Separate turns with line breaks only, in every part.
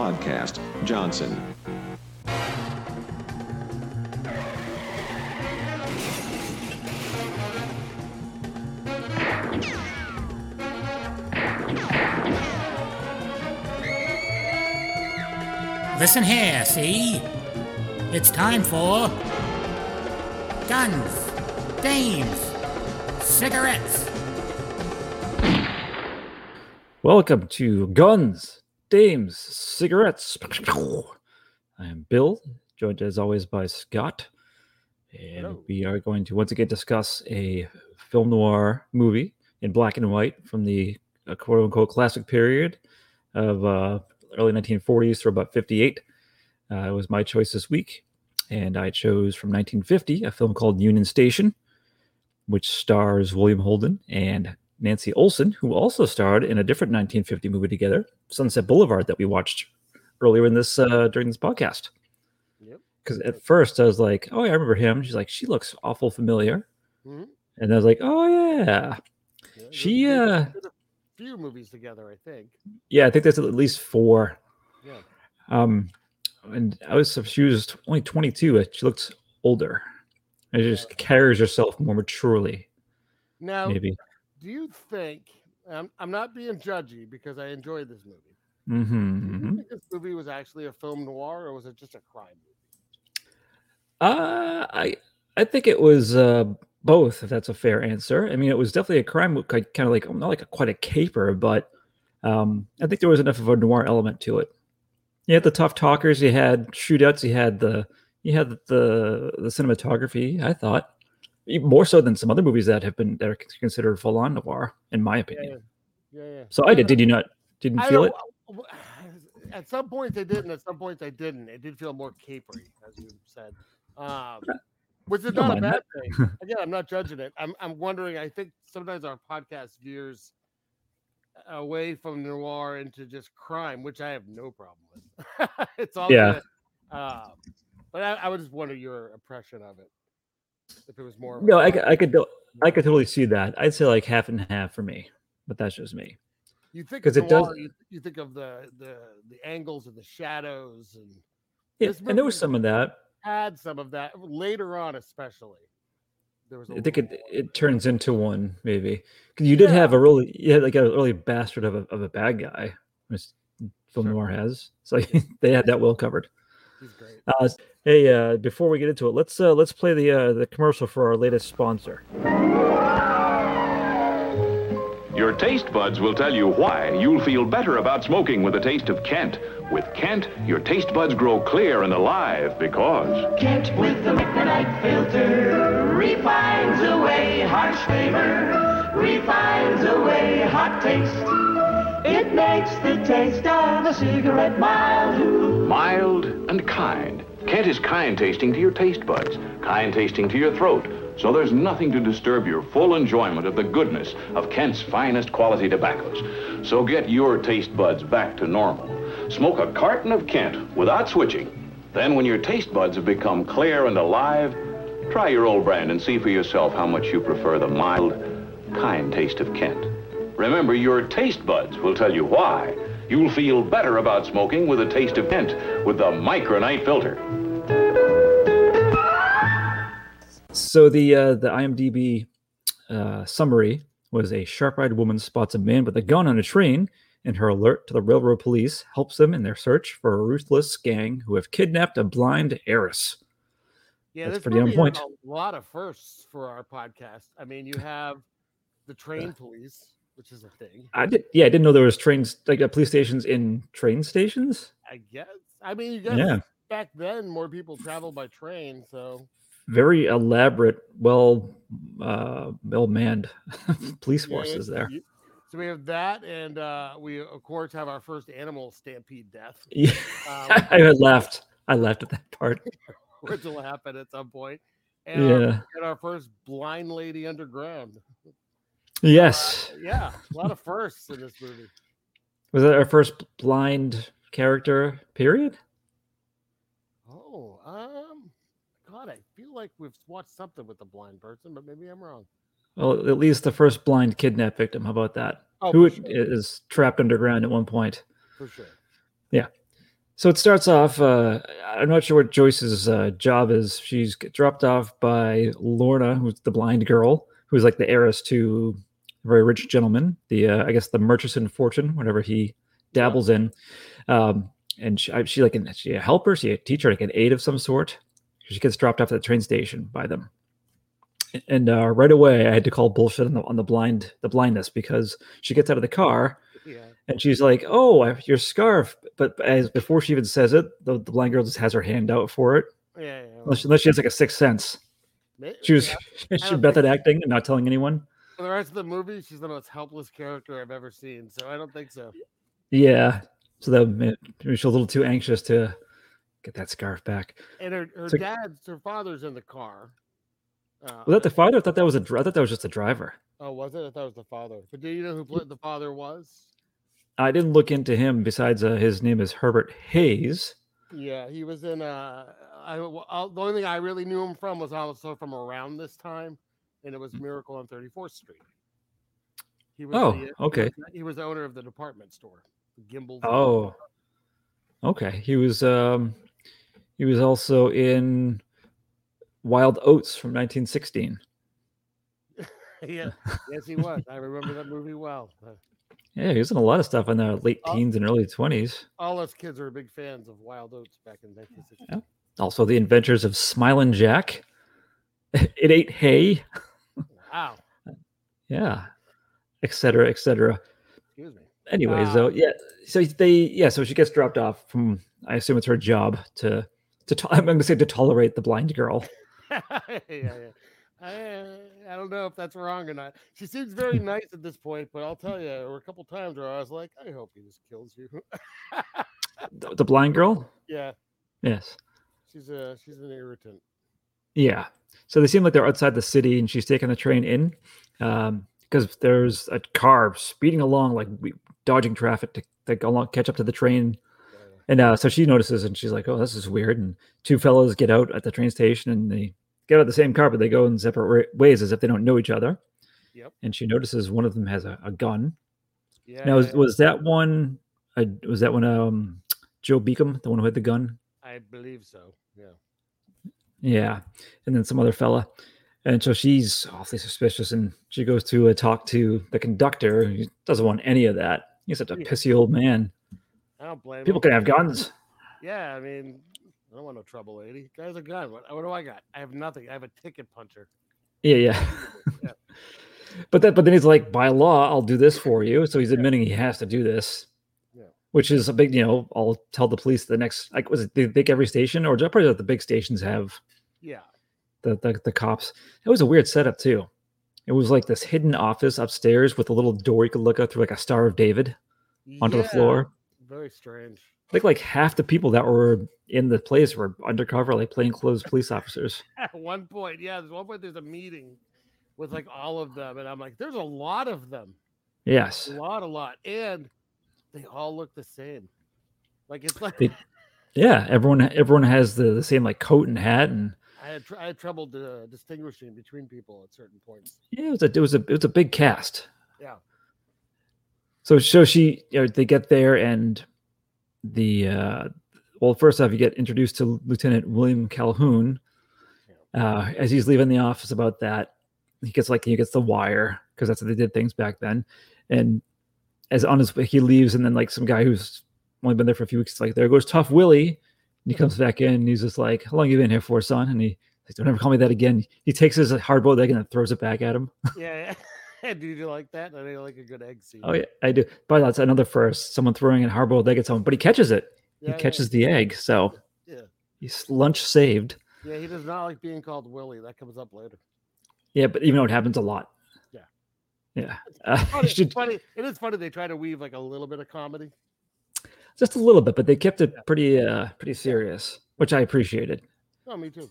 podcast, Johnson.
Listen here, see? It's time for guns, dames, cigarettes.
Welcome to Guns, Dames, Cigarettes. I am Bill, joined as always by Scott. And
Hello.
we are going to once again discuss a film noir movie in black and white from the uh, quote unquote classic period of uh, early 1940s through about 58. Uh, it was my choice this week. And I chose from 1950 a film called Union Station, which stars William Holden and Nancy Olson, who also starred in a different 1950 movie together, Sunset Boulevard, that we watched earlier in this uh, during this podcast.
Yep.
Because at first I was like, "Oh, yeah, I remember him." She's like, "She looks awful familiar,"
Mhm.
and I was like, "Oh yeah,
Yeah, they-
She,
they
uh,
did a few movies together, I think.
yeah." I think there's at least four.
Yeah.
Um, and I was so she was only 22. and She looked older. And she just carries herself more maturely,
Now,
maybe.
do you think? Um, I'm not being judgy because I enjoyed this movie. Do
hmm
you think this movie was actually a film noir, or was it just a crime movie?
Uh, I I think it was uh, both. If that's a fair answer, I mean, it was definitely a crime, mo- ki- kind of like not like a, quite a caper, but um, I think there was enough of a noir element to it. You had the tough talkers, you had shootouts, you had the you had the the cinematography. I thought even more so than some other movies that have been that are considered full on noir, in my opinion.
Yeah, yeah. yeah.
So I did.
don't-
Did you not? Didn't
I
feel
don't-
it?
w- w- At some points they didn't. At some points they didn't. It did feel more capery, as you said, um, which is
Don't
not
mind
a bad
that.
thing. Again, I'm not judging it. I'm, I'm wondering. I think sometimes our podcast veers away from noir into just crime, which I have no problem with. it's all
Yeah.
good. Um, but I, I would just wonder your impression of it. If it was more. of a
No, I, c-
crime.
I could do- I could totally see that. I'd say like half and half for me, but that's just me.
You think
'Cause
of
it does-
noir, You, you think of the the the angles and the shadows and.
Yeah,
This
and there was
movie-
some of that.
had some of that uh, later on, especially. There was. a
I think
little
it
more.
it turns into one maybe 'Cause you did have a really you had like a really bastard of a of a bad guy, which film
Sure.
noir has. So they had that well covered.
He's great.
Uh, hey, uh, before we get into it, let's uh, let's play the uh, the commercial for our latest sponsor.
Your taste buds will tell you why you'll feel better about smoking with a taste of Kent. With Kent, your taste buds grow clear and alive because
Kent with the lignite filter refines away harsh flavor, refines away hot taste. It makes the taste of a cigarette mild.
mild and kind. Kent is kind tasting to your taste buds, kind tasting to your throat. So there's nothing to disturb your full enjoyment of the goodness of Kent's finest quality tobaccos. So get your taste buds back to normal. Smoke a carton of Kent without switching. Then when your taste buds have become clear and alive, Try your old brand and see for yourself how much you prefer the mild, kind taste of Kent. Remember, your taste buds will tell you why. You'll feel better about smoking with a taste of Kent with the Micronite filter.
So the uh, the IMDb uh, summary was a sharp-eyed woman spots a man with a gun on a train, and her alert to the railroad police helps them in their search for a ruthless gang who have kidnapped a blind heiress.
Yeah,
that's
this
pretty on
movie had
point.
A lot of firsts for our podcast. I mean, you have the train police, which is a thing,
I did. Yeah, I didn't know there was trains like uh, police stations in train stations.
I guess. I mean, you guys
Yeah,
back then more people traveled by train, so
very elaborate, well, uh, well manned police
Yeah,
forces there.
you- So we have that, and uh, we of course have our first animal stampede death,
Yeah,
um,
I laughed. I laughed at that part.
which will happen at some point, and, our,
Yeah.
and our first blind lady underground. Uh,
Yes.
Yeah, a lot of firsts in this movie.
Was that our first blind character? Period.
Oh, um, God, I feel like we've watched something with the blind person, but maybe I'm wrong.
Well, at least the first blind kidnap victim. How about that?
Oh,
Who
for
is trapped underground at one point?
For sure.
So it starts off. Uh, I'm not sure what Joyce's uh, job is. She's get dropped off by Lorna, who's the blind girl, who's like the heiress to a very rich gentleman. The uh, I guess the Murchison fortune, whatever he dabbles in. Um, and she, I- she like an, she a helper, she a teacher, like an aide of some sort. She gets dropped off at the train station by them. And uh, right away, I had to call bullshit on the, on the blind the blindness because she gets out of the car
Yeah.
and she's like, "Oh, I- your scarf!" But as before she even says it, the, the blind girl just has her hand out for it.
Yeah. yeah.
Unless, unless she has like a sixth sense,
Ma-
she was
Oh. yeah,
she
don't
bet
think-
at acting and not telling anyone.
For the rest of the movie, she's the most helpless character I've ever seen. So I don't think so.
Yeah, so that ma- maybe she's a little too anxious to get that scarf back.
And her, her
So-
dad's, her father's in the car. Uh,
Was that the father? I thought that was a dri- I thought that was just a driver.
oh, was it? I thought it was the father. But do you know who pla- the father was?
I didn't look into him. Besides, uh, his name is Herbert Hayes.
Yeah, he was in. Uh, I well, I'll- the only thing I really knew him from was also from around this time, and it was
Mm.
Miracle on Thirty Fourth Street. He was
Oh,
the, he
okay.
was the- He was the owner of the department store, the Gimbal.
Oh, okay. He was um, he was also in Wild Oats from 1916.
yeah, yes, he was. I remember that movie well. Uh,
Yeah, he was in a lot of stuff in the late
Oh.
teens and early 20s.
All us kids were big fans of Wild Oats back in 1960.
Also, the inventors of Smilin' Jack. it ate hay.
Wow,
Yeah, et cetera, et cetera.
excuse me.
Anyway,
Ah.
so yeah, so they yeah, so she gets dropped off from. I assume it's her job to to. To, I'm going to say to tolerate the blind girl.
yeah, yeah. I, I don't know if that's wrong or not. She seems very nice at this point, but I'll tell you, there were a couple times where I was like, I hope he just kills you.
The, the blind girl.
yeah,
Yes.
she's a she's an irritant.
Yeah. So they seem like they're outside the city, and she's taking the train in because there's a car speeding along, like we- dodging traffic to, to go along, catch up to the train.
Uh,
And uh, so she notices and she's like, oh, this is weird. And two fellows get out at the train station and they get out of the same car, but they go in separate wa- ways as if they don't know each other.
Yep.
And she notices one of them has a, a gun.
Yeah,
now, was,
yeah,
was that one, uh, was that one um, Joe Beacom, the one who had the gun?
I believe so. Yeah,
Yeah. And then some other fella. And so she's awfully suspicious and she goes to uh, talk to the conductor. He doesn't want any of that. He's such a
Yeah.
pissy old man.
I don't blame
People
him.
can have guns.
Yeah, I mean, I don't want no trouble, lady. Guys are gun. What, what do I got? I have nothing. I have a ticket puncher.
Yeah, yeah.
Yeah.
but that but then he's like, by law, I'll do this for you. So he's admitting he has to do this.
Yeah.
Which is a big, you know, I'll tell the police the next like was it they think every station or probably that the big stations have
Yeah,
the, the the cops. It was a weird setup too. It was like this hidden office upstairs with a little door you could look out through like a Star of David onto the
Yeah,
floor.
Very strange.
I think like half the people that were in the place were undercover, like plainclothes police officers.
At one point, yeah, there's one point there's a meeting with like all of them, and I'm like, there's a lot of them.
Yes.
a lot, a lot, and they all look the same. Like it's like
They- Yeah. Everyone everyone has the, the same like coat and hat and
I had tr- I had trouble uh, distinguishing between people at certain points.
Yeah, it was a it was a it was a big cast.
Yeah.
So so she you know, they get there and the uh well first off you get introduced to Lieutenant William Calhoun uh as he's leaving the office about that he gets like he gets the wire because that's how they did things back then and as on his way he leaves and then like some guy who's only been there for a few weeks is like there goes tough Willie and he comes back in and he's just like how long you been here for son and he like, don't ever call me that again. He takes his hard-boiled egg and then throws it back at him.
Yeah, yeah. do you like that? I do like a good egg scene.
Oh yeah, I do. But that's another first. Someone throwing a hard-boiled egg at someone, but he catches it.
Yeah, yeah.
he catches the egg, so
Yeah.
he's lunch saved.
Yeah, he does not like being called Willie. That comes up later.
Yeah, but even though it happens a lot.
Yeah.
yeah. Uh,
Funny,
you should,
funny. It is funny they try to weave like a little bit of comedy.
just a little bit, but they kept it pretty, uh, pretty serious, which I appreciated.
Oh, me too.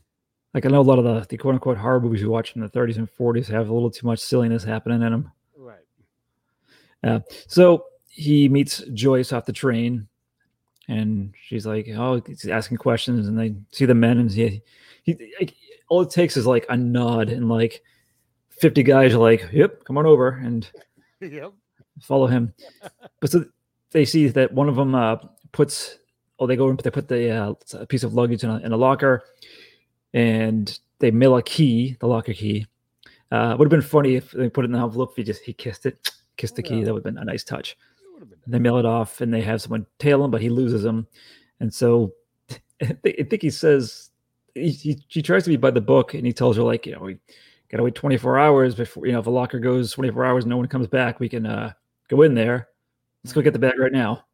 Like I know a lot of the, the quote-unquote horror movies you watch in the 30s and 40s have a little too much silliness happening in them.
Right.
So he meets Joyce off the train, and she's like, "Oh, he's asking questions." And they see the men, and he, he like, all it takes is like a nod, and like fifty guys are like, "Yep, come on over and
yep.
follow him." But so they see that one of them uh, puts oh, they go and they put the uh, a piece of luggage in a, in a locker, and they mail a key, the locker key. Uh, would have been funny if they put it in an envelope. If he just he kissed it, kissed the key. That would have been a nice touch.
It would have been
And they mail it off, and they have someone tail him, but he loses him, and so I thi- I think he says he, he, she tries to be by the book, and he tells her like you know we gotta wait 24 hours before you know if a locker goes 24 hours, no one comes back, we can uh, go in there. Let's go get the bag right now.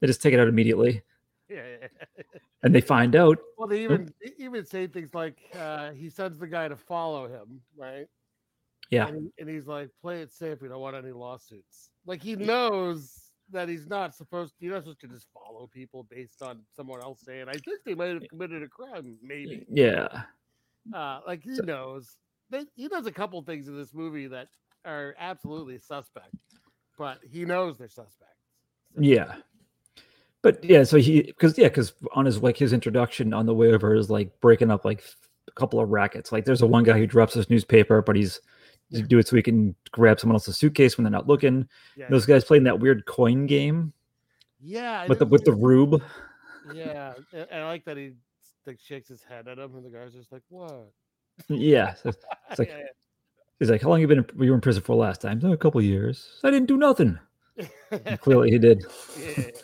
They just take it out immediately
yeah, yeah, yeah.
and they find out
Well, they even they even say things like uh, he sends the guy to follow him, right?
Yeah.
and, and he's like, "Play it safe. We don't want any lawsuits." Like he knows that he's not supposed. You're not supposed to just follow people based on someone else saying. I think they might have committed a crime, maybe.
yeah
Uh, like he knows. They, he does a couple things in this movie that are absolutely suspect, but he knows they're suspect.
yeah but yeah so he because yeah because on his like his introduction on the way over is like breaking up like a couple of rackets like there's a one guy who drops his newspaper but he's to do it so he can grab someone else's suitcase when they're not looking
Yeah,
those guys playing that weird coin game
yeah. I
with the
didn't
with the
really-
rube
yeah, and, and I like that he like shakes his head at him, and the guy's just like, "What?"
yeah so It's like-
Yeah,
he's like how long you been in, were you in prison for last time "Oh, a couple of years i didn't do nothing
yeah.
And clearly he did
Yeah.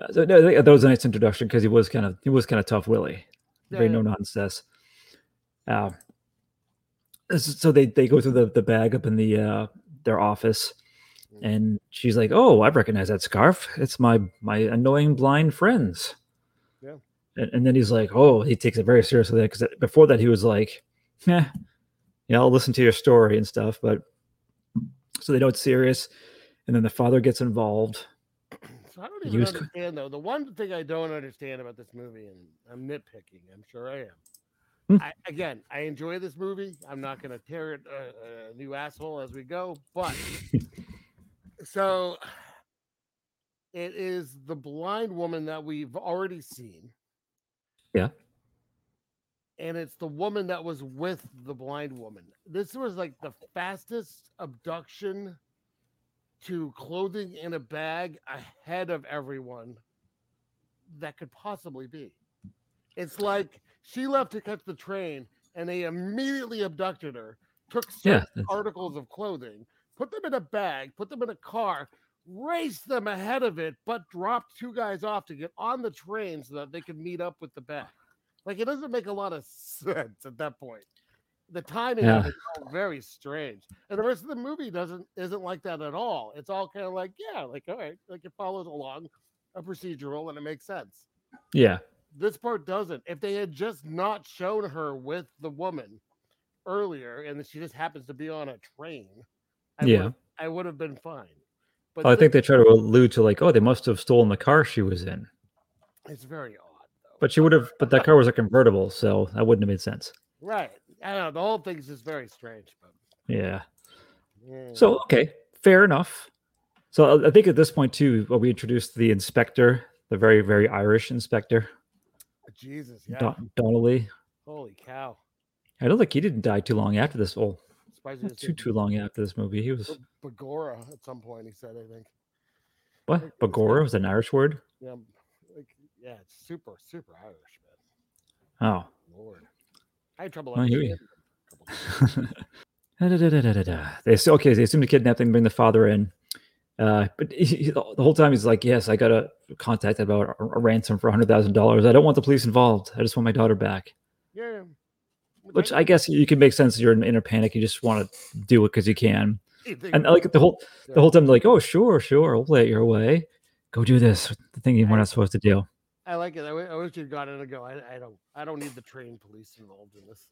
Uh, so no, that that was a nice introduction because he was kind of he was kind of tough Willie,
Yeah,
very
yeah.
no nonsense. Uh, s- so they they go through the the bag up in the uh, their office,
Mm.
and she's like, "Oh, I recognize that scarf. It's my my annoying blind friends."
Yeah.
and, and then he's like, "Oh," he takes it very seriously because before that he was like, "Yeah, yeah, I'll listen to your story and stuff," but so they know it's serious, and then the father gets involved.
So I don't
He
even
was co-
understand though. The one thing I don't understand about this movie, and I'm nitpicking, I'm sure I am.
Hmm.
I, again, I enjoy this movie. I'm not going to tear it uh, a, a new asshole as we go, but so it is the blind woman that we've already seen.
Yeah.
And it's the woman that was with the blind woman. This was like the fastest abduction to clothing in a bag ahead of everyone that could possibly be. It's like she left to catch the train and they immediately abducted her, took
Yeah,
certain
that's-
articles of clothing, put them in a bag, put them in a car, raced them ahead of it, but dropped two guys off to get on the train so that they could meet up with the bag. Like it doesn't make a lot of sense at that point. The timing of
Yeah.
it is all very strange, and the rest of the movie doesn't isn't like that at all. It's all kind of like yeah, like all right, like it follows along a procedural and it makes sense.
Yeah,
This part doesn't. If they had just not shown her with the woman earlier, and she just happens to be on a train, I
Yeah.
would've- I would have been fine. But
Oh, I think
this-
they try to allude to like, oh, they must have stolen the car she was in.
it's very odd. though.
But she would have, but that car was a convertible, so that wouldn't have made sense.
Right. I don't know. The whole thing's just very strange. But mm,
Yeah.
yeah.
So okay, fair enough. So uh, I- I think at this point too, uh, we introduced the inspector, the very very Irish inspector
Jesus, yeah.
Don- Donnelly.
Holy cow.
I don't think he didn't die too long after this. Well,
Surprised you
not
didn't say
too too long after this movie. He was
Bagora at some point. He said, I think.
what? Bagora was an Irish word.
Yeah, m- like, yeah, it's super super Irish, man.
Oh.
Lord, I had trouble.
Oh, here we-
understanding him a couple times.
Da-da-da-da-da-da. They assu- okay. They assume the kidnapping, bring the father in, uh, but he, he- the whole time he's like, "Yes, I got a contact about a, a ransom for hundred thousand dollars. I don't want the police involved. I just want my daughter back."
yeah, yeah.
Which I guess you can make sense. You're in, in a panic. You just want to do it because you can.
You think
And uh, like the whole the whole time, they're like, "Oh, sure, sure, we'll play it your way. Go do this. The thing we're not supposed to do."
I like it. I wi- I wish you'd got it and go. I, I don't. I don't need the train police involved in this.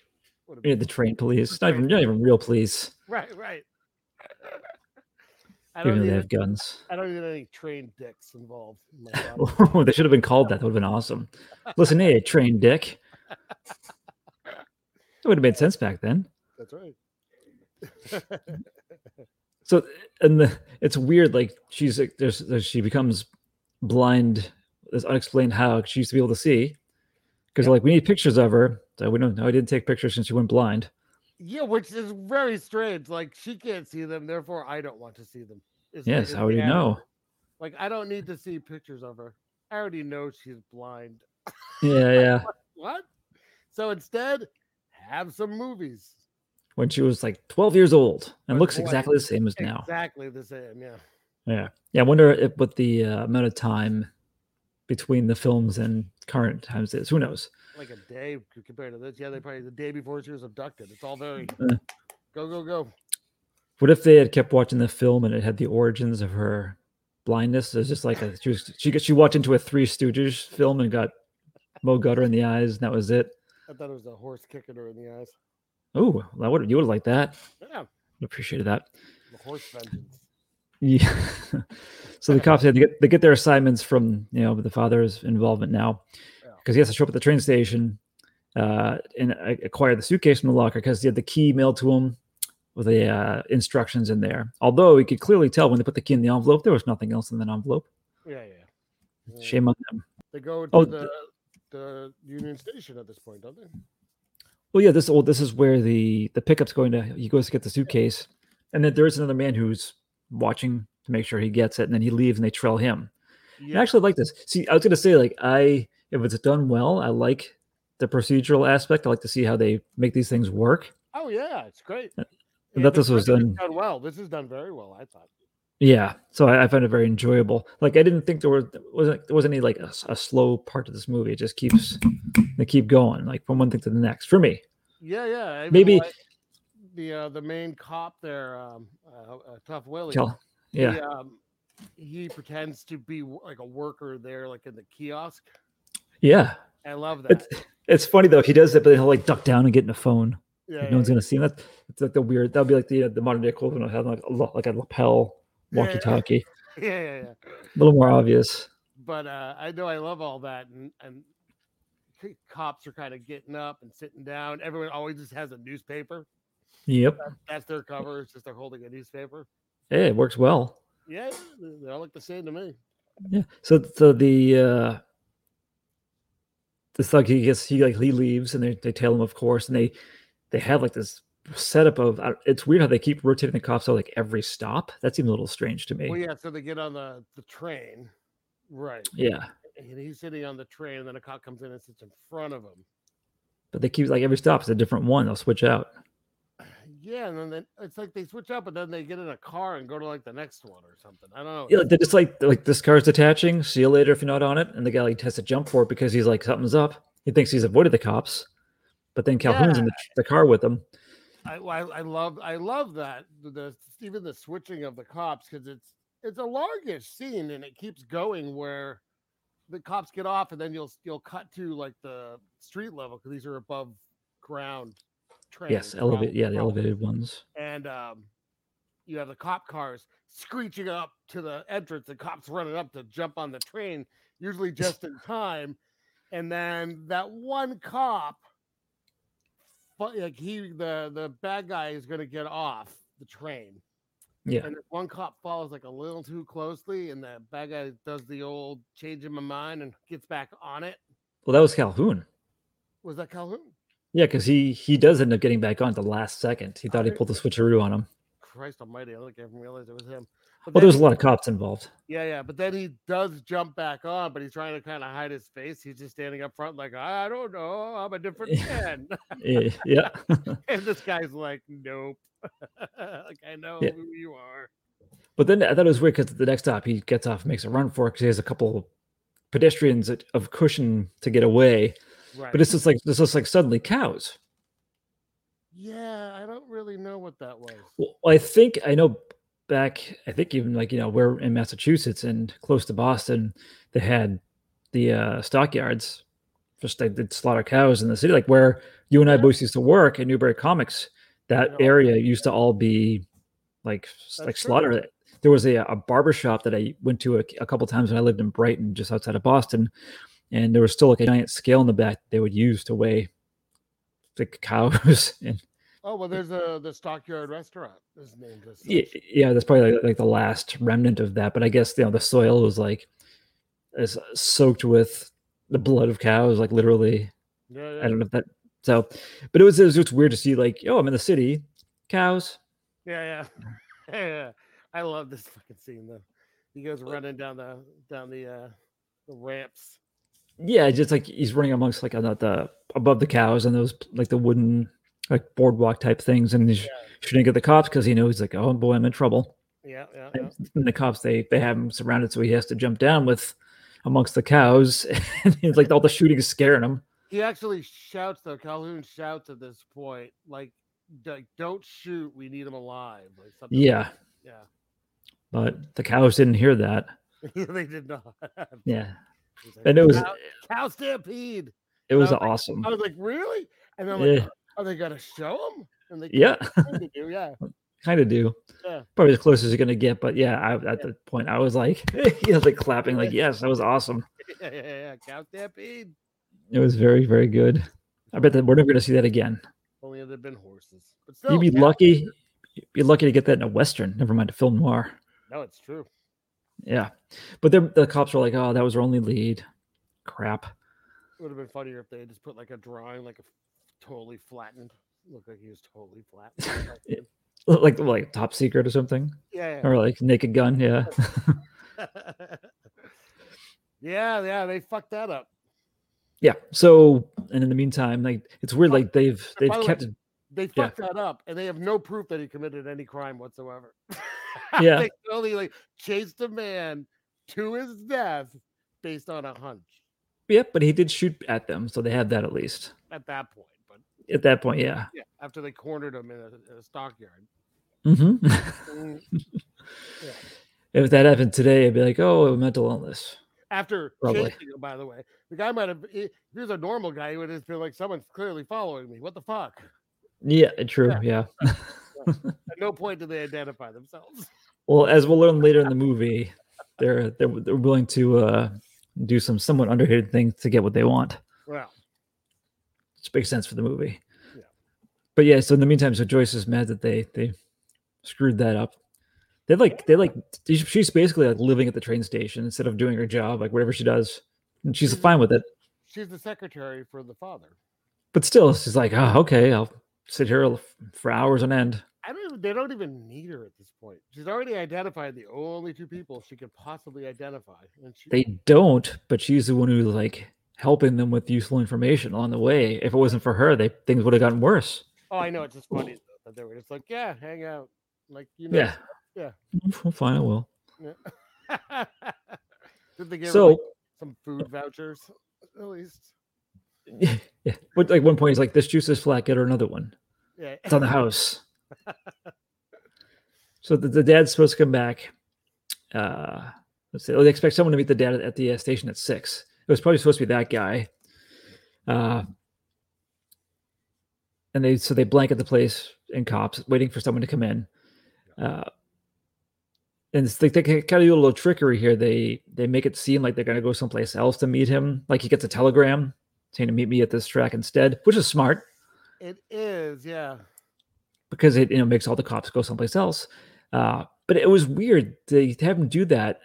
Would've
You know,
been-
the train police. Not even not even real police,
right, right. I don't
even though
need.
they
it-
have guns.
I don't need any train dicks involved. In my body.
Oh, they should have been called that. That would have been awesome. Listen, hey, train dick. That would have made sense back then.
That's right.
So, and the, it's weird. Like she's like, there's, there's she becomes blind. It's unexplained how she used to be able to see. Because like we need pictures of her. So we don't know. I didn't take pictures since she went blind.
yeah, which is very strange. Like she can't see them, therefore I don't want to see them. It's like
Yes,
it's
how would you
the average.
know?
Like I don't need to see pictures of her. I already know she's blind.
Yeah, yeah.
What? So instead, have some movies.
When she was like 12 years old and
But
looks
boy,
exactly the same as now.
Exactly the same. Yeah.
Yeah. Yeah. I wonder if what the uh, amount of time between the films and current times is. Who knows?
Like a day c- compared to this. Yeah, they probably the day before she was abducted. It's all very
Mm. Uh.
go, go, go.
What if they had kept watching the film and it had the origins of her blindness? It's just like a, she was, she got- she walked into a Three Stooges film and got Mo Gutter in the eyes, and that was it.
I thought it was a horse kicking her in the eyes.
Oh, that would you would have liked that?
Yeah,
Appreciated that.
the horse vengeance.
Yeah. so the cops had to get they get their assignments from you know the father's involvement now
Yeah.
because he has to show up at the train station uh, and uh, acquire the suitcase from the locker because he had the key mailed to him with the uh, instructions in there. Although he could clearly tell when they put the key in the envelope, there was nothing else in that envelope.
Yeah, yeah. yeah.
Shame on them.
They go to
Oh,
the, the Union Station at this point, don't they?
Well, yeah, this old this is where the the pickup's going to. He goes to get the suitcase, and then there is another man who's watching to make sure he gets it, and then he leaves and they trail him. I actually like this. See, I was gonna say like I if it's done well, I like the procedural aspect. I like to see how they make these things work.
Oh yeah, it's great.
I
If
thought this
it's
was
done-
done.
Done well. This is done very well, I thought.
Yeah, so I, I found it very enjoyable. Like I didn't think there was wasn't there wasn't any like a, s- a slow part to this movie. It just keeps they keep going like from one thing to the next for me.
Yeah, yeah. I even
Maybe-
like the uh, the main cop there, um, uh, uh, Tough Willie.
Tell
he,
yeah.
um, he pretends to be w- like a worker there, like in the kiosk.
yeah,
I love that.
It's it's funny though he does it, but then he'll like duck down and get in a phone.
yeah,
Like,
yeah,
no one's gonna see him. That's it's like the weird. That'll be like the the modern day equivalent of having like a, lo- like a lapel
Yeah, yeah.
walkie-talkie.
yeah, yeah, yeah.
A little more obvious.
but uh, I know I love all that, and and c- cops are kind of getting up and sitting down. Everyone always just has a newspaper.
Yep.
That's their cover. It's just they're holding a newspaper.
Hey, it works well.
Yeah, they they all look the same to me.
Yeah. So so the uh the thug he gets he like he leaves and they, they tail him of course and they they have like this setup of I- it's weird how they keep rotating the cops out like every stop. That seems a little strange to me.
Well, yeah. So they get on the the train, right?
yeah.
And he's sitting on the train, and then a cop comes in and sits in front of him.
But they keep like every stop is a different one. They'll switch out.
Yeah, and then they, it's like they switch up, and then they get in a car and go to like the next one or something. I don't know.
Yeah, like, they're just like like this car's detaching. See you later if you're not on it. And the guy like has to jump for it because he's like something's up. He thinks he's avoided the cops, but then Calhoun's in the, the car with him.
I, I I love I love that the- the even the switching of the cops because it's it's a largish scene and it keeps going where the cops get off and then you'll you'll cut to like the street level because these are above ground trains.
Yes, elevate.
prob-
Yeah, the
probably.
elevated ones.
And um, you have the cop cars screeching up to the entrance. The cops running up to jump on the train, usually just in time. And then that one cop but like he the the bad guy is going to get off the train
Yeah.
and if one cop follows like a little too closely and the bad guy does the old change in my mind and gets back on it
Well, that was Calhoun.
was that calhoun
Yeah, because he he does end up getting back on at the last second. He thought he pulled the switcheroo on him.
christ almighty i don't think i even realized it was him but
Well,
then
there's a
he-
lot of cops involved.
yeah yeah but then he does jump back on but he's trying to kind of hide his face he's just standing up front like i don't know i'm a different man
Yeah, Eh, yeah.
and this guy's like nope like i know
Yeah.
who you are
But then I thought it was weird because the next stop he gets off, makes a run for it because he has a couple pedestrians that- of cushion to get away.
right
But it's just like this is like suddenly cows.
yeah i don't really know what that was
Well, I think I know back. I think even like you know we're in Massachusetts and close to Boston, they had the uh, stockyards. Just they did slaughter cows in the city, like where you and I both used to work in Newbury Comics. That
Yeah.
area used to all be like s-
That's
like
true.
slaughter. There was a, a barber shop that I went to a, a couple times when I lived in Brighton, just outside of Boston, and there was still like a giant scale in the back they would use to weigh the cows and
Oh well, there's a the Stockyard Restaurant is named as
yeah,
such.
yeah, that's probably like, like the last remnant of that. But I guess you know the soil was like is soaked with the blood of cows, like literally.
Yeah, yeah,
I don't know if that. So, but it was it was just weird to see like, oh, I'm in the city, cows.
yeah, yeah, yeah. I love this fucking scene though. He goes running down the down the uh the ramps.
Yeah, just like he's running amongst like on the, the above the cows and those like the wooden like boardwalk type things, and he's shooting at the cops because he knows like, oh boy, I'm in trouble.
Yeah, yeah, yeah.
And the cops they they have him surrounded, so he has to jump down with amongst the cows, and it's like all the shooting is scaring him.
He actually shouts though. Calhoun shouts at this point, like, like "Don't shoot! We need him alive." Or something.
Yeah,
yeah,
but the cows didn't hear that.
they did not. It
Yeah,
was like,
and it was
cow, cow stampede.
it was
I
awesome.
I was like, really? And I'm like,
Yeah,
are they gonna show him? And they
yeah,
kinda do, yeah.
kind of do.
Yeah.
Probably as close as you're gonna get, but yeah, I, at the point I was like, he was like clapping, like yes, that was awesome.
yeah, yeah, yeah. Cow stampede.
It was very very good. I bet that we're never gonna see that again.
Only there'd been horses. But still,
You'd be
yeah.
lucky, you'd be lucky to get that in a western. Never mind a film noir.
No, it's true.
Yeah, but then the cops were like, "Oh, that was our only lead." Crap.
It would have been funnier if they had just put like a drawing, like a f- totally flattened. Looked like he was totally flat. yeah,
Like like top secret or something,
yeah.
or like Naked Gun. Yeah.
yeah, yeah. They fucked that up.
Yeah. So, and in the meantime, like it's weird.
By-
Like they've
by
they've
the way-
kept.
They
Yeah.
fucked that up, and they have no proof that he committed any crime whatsoever.
Yeah.
they totally like chased a man to his death based on a hunch
Yeah, but he did shoot at them, so they had that at least.
at that point. But
At that point, yeah.
yeah, after they cornered him in a, in a stockyard.
hmm
Mm.
if that happened today, I'd be like, "Oh, mental illness."
after
Probably.
chasing him, by the way. The guy might have, if he was a normal guy, he would have just been like, someone's clearly following me. What the fuck?
Yeah, true.
Yeah.
Yeah.
At no point did they identify themselves.
Well, as we'll learn later in the movie, they're they're, they're willing to uh, do some somewhat underhanded things to get what they want.
Well,
which makes sense for the movie.
Yeah.
But yeah, so in the meantime, so Joyce is mad that they they screwed that up. They like they like she's basically like living at the train station instead of doing her job, like whatever she does, and she's
Mhm.
fine with it.
she's the secretary for the father.
But still, she's like, oh, okay, I'll sit here l- for hours on end.
I don't even, they don't even need her at this point. She's already identified the only two people she could possibly identify. And she,
They don't, but she's the one who's like helping them with useful information on the way. If it wasn't for her, they things would have gotten worse.
oh, I know, it's just funny though, that they were just like, yeah, hang out. Like, you know.
Yeah.
Yeah.
Mm, Fine, I will.
Yeah. Did they give her
So
like, some food vouchers at least?
yeah. But like one point he's like, this juice is flat, get her another one.
Yeah.
It's on the house. so the, the dad's supposed to come back. Uh, let's see. They expect someone to meet the dad at- at the uh, station at six. It was probably supposed to be that guy. Uh, and they so they blanket the place in cops, waiting for someone to come in. Uh, and it's like they kind of do a little trickery here. They they make it seem like they're going to go someplace else to meet him. Like he gets a telegram saying to meet me at this track instead, which is smart
It is, yeah.
because it you know makes all the cops go someplace else. Uh, but it was weird to have him do that.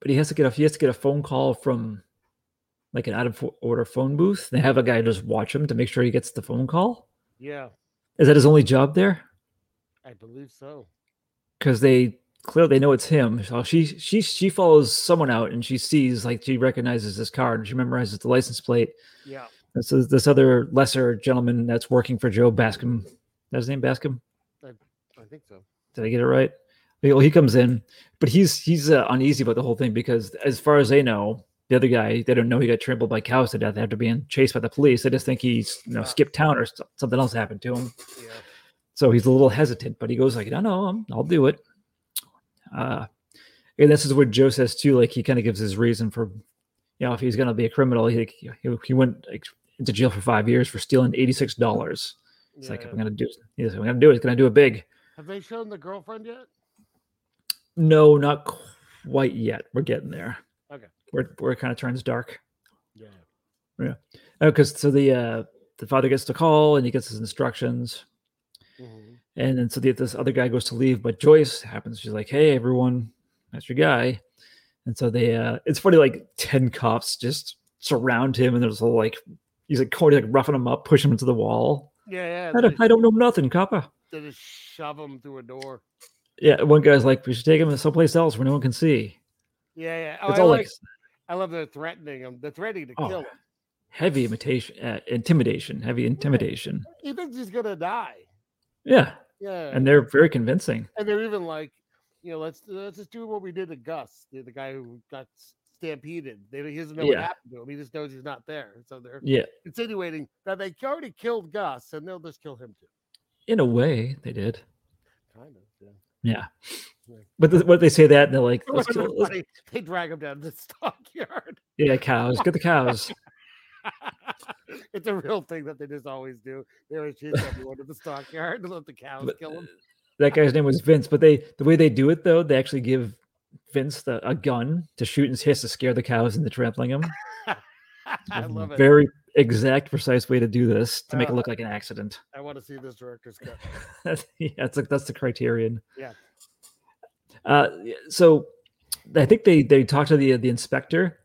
But he has to get a he has to get a phone call from like an out of order phone booth. They have a guy just watch him to make sure he gets the phone call.
Yeah,
Is that his only job there?
I believe so.
Because they clearly they know it's him. So she she she follows someone out and she sees like she recognizes this car and she memorizes the license plate.
Yeah.
This is this other lesser gentleman that's working for Joe Bascom. Is that his name Bascom?
I think so.
Did I get it right? Well, he comes in, but he's he's uh, uneasy about the whole thing because, as far as they know, the other guy they don't know he got trampled by cows to death after being chased by the police. They just think he's you know
Yeah.
skipped town or so- something else happened to him.
Yeah.
So he's a little hesitant, but he goes like, "No, no, I'm, I'll do it." Uh, and this is what Joe says too. Like he kind of gives his reason for, you know, if he's going to be a criminal, he he, he went like, into jail for five years for stealing eighty six dollars. It's like
yeah.
if I'm going to do, he's like, "If I'm going to do it. It's going to do it big.
Have they shown the girlfriend yet?
No, not quite yet. We're getting there.
Okay.
Where where it kind of turns dark.
Yeah.
Oh, because so the uh the father gets the call and he gets his instructions.
Mm-hmm.
And then so the, this other guy goes to leave, but Joyce happens. She's like, Hey everyone, that's your guy. And so they uh it's funny, like ten cops just surround him and there's a like he's like corny, like roughing him up, push him into the wall.
Yeah, yeah.
I
They
don't,
just,
I don't know nothing, copper.
they just shove him through a door.
Yeah, one guy's like, We should take him to someplace else where no one can see.
Yeah, yeah. Oh,
it's
I
all
like,
like
I love they're threatening him. They're threatening to
Oh.
kill him.
Heavy imitation, uh, intimidation, heavy intimidation.
He thinks he's gonna die.
Yeah,
Yeah,
and they're very convincing.
and they're even like, you know, let's let's just do what we did to Gus, the, the guy who got stampeded. They, he doesn't know what
Yeah.
happened to him. He just knows he's not there. So they're
Yeah,
insinuating that they already killed Gus, and they'll just kill him too.
in a way, they did.
Kind of. Yeah.
Yeah,
Yeah.
but th- what they say that and they're like, let's kill, let's-
Funny, they drag him down to the stockyard.
yeah, cows, get the cows.
it's a real thing that they just always do. They always chase everyone to the stockyard and let the cows
But,
kill them.
that guy's name was Vince, but they the way they do it though, they actually give Vince the, a gun to shoot and hiss to scare the cows into trampling him.
I
A
love it.
Very exact, precise way to do this to make it
Uh,
look like an accident.
I want to see this director's cut.
That's- yeah, that's like that's the criterion.
Yeah.
Uh, yeah, so I think they they talked to the the inspector.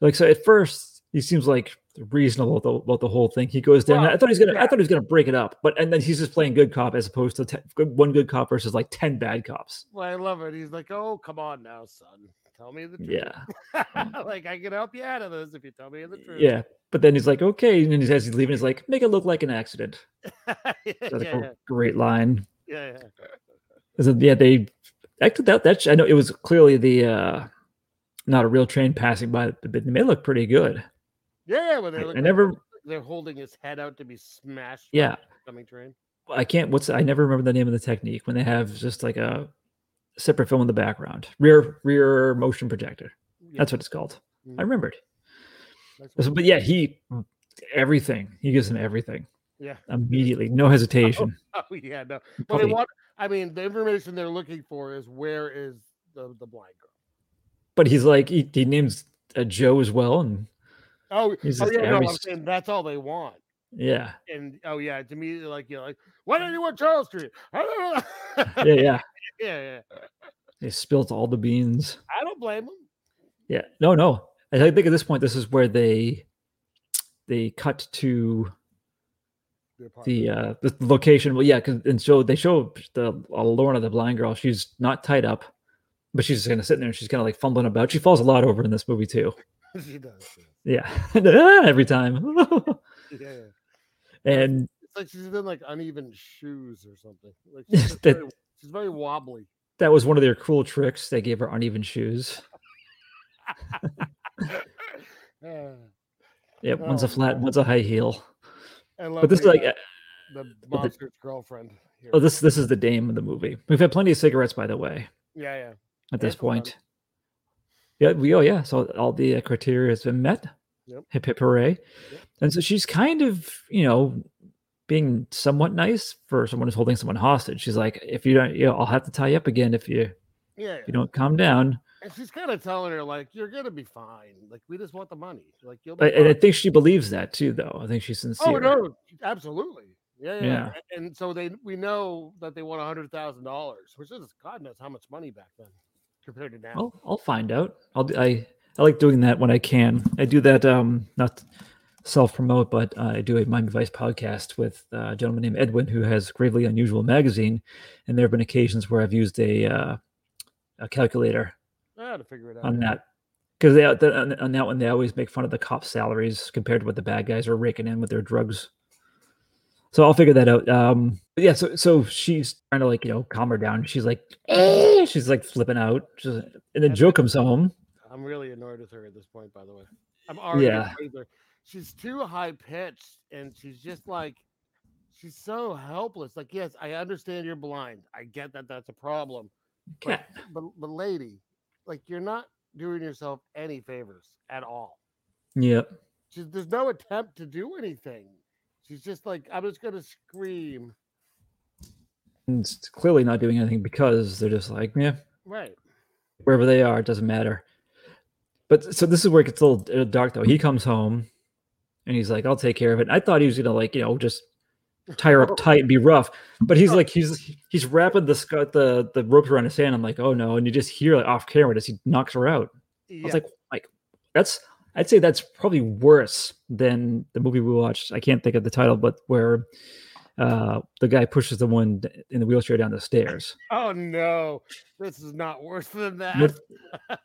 Like so, at first he seems like reasonable about the, about the whole thing. He goes down.
Well,
I thought he's gonna.
yeah.
I thought he was gonna break it up, but and then he's just playing good cop as opposed to te- good- one good cop versus like ten bad cops.
Well, I love it. He's like, "Oh, come on now, son. Tell me the truth.
Yeah.
like I can help you out of this if you tell me the truth."
Yeah. But then he's like, okay. And then he- as he's leaving, he's like, make it look like an accident.
yeah, yeah,
That's like oh
yeah,
a great line.
yeah, yeah.
Is it- yeah, they actually that that sh- I know it was clearly the uh not a real train passing by, but they made it look pretty good.
Yeah, yeah, when they
I,
look
I
like
never,
they're holding his head out to be smashed. by
yeah,
the coming train.
I can't. What's I never remember the name of the technique when they have just like a separate film in the background, rear rear motion projector.
Yeah,
That's what it's called.
Mhm.
I remembered.
that's
So-
what-
But yeah, he everything. He gives him everything
yeah.
immediately, no hesitation.
Oh yeah, no. But they
Probably-
want. I mean, the information they're looking for is where is the the blind girl?
but he's like he, he names uh, Joe as well, and
Oh,
He's
oh
just
yeah, no,
every
I'm
s-
saying that's all they want.
yeah,
And oh yeah, it's immediately like you're like, why don't you want Charles Street? I don't know.
Mm. yeah, yeah.
yeah, yeah.
They spilt all the beans.
I don't blame him.
Yeah, no, no. I I think at this point, this is where they they cut to
They're part of it.
the uh the location. Well, yeah, 'cause- and so they show the uh, Lorna, the blind girl. She's not tied up, but she's just kind of sitting there and she's kind of like fumbling about. She falls a lot over in this movie too.
she does. yes.
Yeah, Ah, every time.
Yeah, yeah.
and
It's like she's in like uneven shoes or something. Like
Yes,
she's, just
that-
very, she's very wobbly.
that was one of their cool tricks. They gave her uneven shoes.
Uh,
Yep, one's a
Oh,
flat,
man.
one's a high heel.
I love
But this is
the,
like
uh, the monster's girlfriend. Here.
Oh, this this is the dame of the movie. We've had plenty of cigarettes, by the way,
yeah, yeah.
at
There's
this
the money.
point. Yeah, we oh yeah, so all the uh, criteria has been met.
Yep.
Hip hip hooray!
Yep.
And so she's kind of you know being somewhat nice for someone who's holding someone hostage. She's like, if you don't, you know, I'll have to tie you up again if you
Yeah,
if
yeah.
you don't calm down.
and she's kind of telling her like, "You're gonna be fine. Like, we just want the money. Like, you'll be
I- and I
fine."
think she believes that too, though. I think she's sincere.
Oh no, absolutely. Yeah, yeah.
Yeah.
a- And so they we know that they want a hundred thousand dollars, which is God knows how much money back then compared to now.
I'll, I'll find out. I'll d- I I like doing that when I can. I do that um not self promote, but uh, I do a Mind Advice podcast with uh, a gentleman named Edwin who has Gravely Unusual magazine, and there have been occasions where I've used a uh, a calculator
I had to figure it out.
on that because they the, on, on that one they always make fun of the cop salaries compared to what the bad guys are raking in with their drugs. So I'll figure that out. Um, but yeah, so so she's trying to like you know calm her down. She's like, "Eh," she's like flipping out. She's, and then
That's-
Joe comes home.
I'm really annoyed with her at this point, by the way. I'm already
Yeah.
annoyed with her. She's too high pitched and she's just like she's so helpless. Like, yes, I understand you're blind. I get that that's a problem.
Cat.
But but lady, like you're not doing yourself any favors at all.
Yeah,
She's, there's no attempt to do anything. She's just like, I'm just gonna scream.
and it's clearly not doing anything because they're just like, yeah,
Right.
wherever they are, it doesn't matter. But so this is where it gets a little uh, dark, though. He comes home, and he's like, "I'll take care of it." And I thought he was gonna like, you know, just tie her up tight and be rough, but he's like, he's he's wrapping the sc- the the ropes around his hand. I'm like, oh no! And you just hear like off camera as he knocks her out. I was like, like that's I'd say that's probably worse than the movie we watched. I can't think of the title, but where uh, the guy pushes the one in the wheelchair down the stairs.
Oh no, this is not worse than that.
With-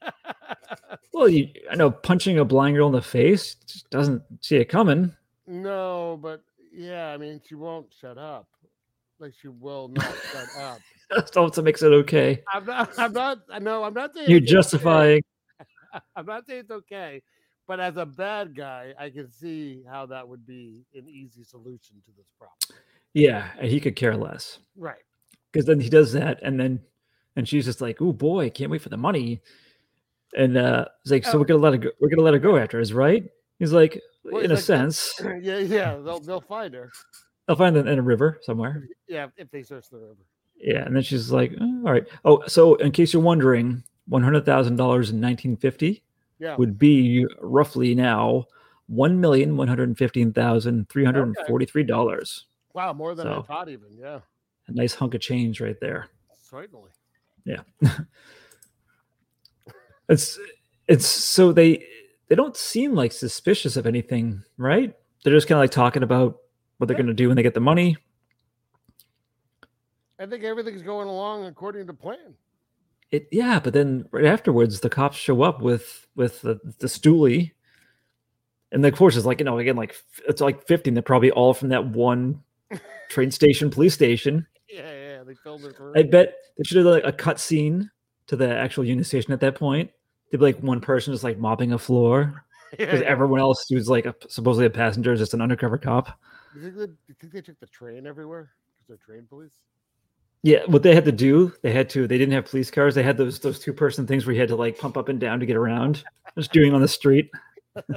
Well, you, I know punching a blind girl in the face just doesn't see it coming.
no, but yeah, I mean, she won't shut up. Like she will not shut up.
That's all that makes it okay.
I'm not. I'm not. I know. I'm not saying
You're
it's okay.
justifying.
I'm not saying it's okay, but as a bad guy, I can see how that would be an easy solution to this problem.
Yeah, and he could care less
Right.
because then he does that, and then and she's just like, "Oh boy, can't wait for the money." And uh, it's like, so
Oh.
we're gonna let her go. We're gonna let her go after us, right? He's like,
Well,
in
he's
a
like,
sense,
yeah, yeah. They'll they'll find her.
I'll find them in a river somewhere.
Yeah, if they search the river.
Yeah, and then she's like, "Oh, "All right. Oh, so in case you're wondering, one hundred thousand dollars in 1950
Yeah.
would be roughly now one million one hundred fifteen thousand three hundred forty-three dollars.
Wow, more than I
So.
thought. Even yeah,
A nice hunk of change right there.
certainly.
It's it's so they they don't seem like suspicious of anything, right? They're just kind of like talking about what they're
Yeah.
going to do when they get the money.
I think everything's going along according to plan.
It yeah, but then right afterwards, the cops show up with with the, the stoolie, and the course is like you know again like f- it's like fifteen. They're probably all from that one train station, police station.
Yeah, yeah. They filled it.
I bet they should have done like a cut scene to the actual union station at that point. They'd be like one person just like mopping a floor because everyone else who's like a, supposedly a passenger is just an undercover cop.
You think, they, you think they took the train everywhere? Because they're train police?
Yeah, what they had to do, they had to. They didn't have police cars. They had those those two person things where you had to like pump up and down to get around, just doing on the street, and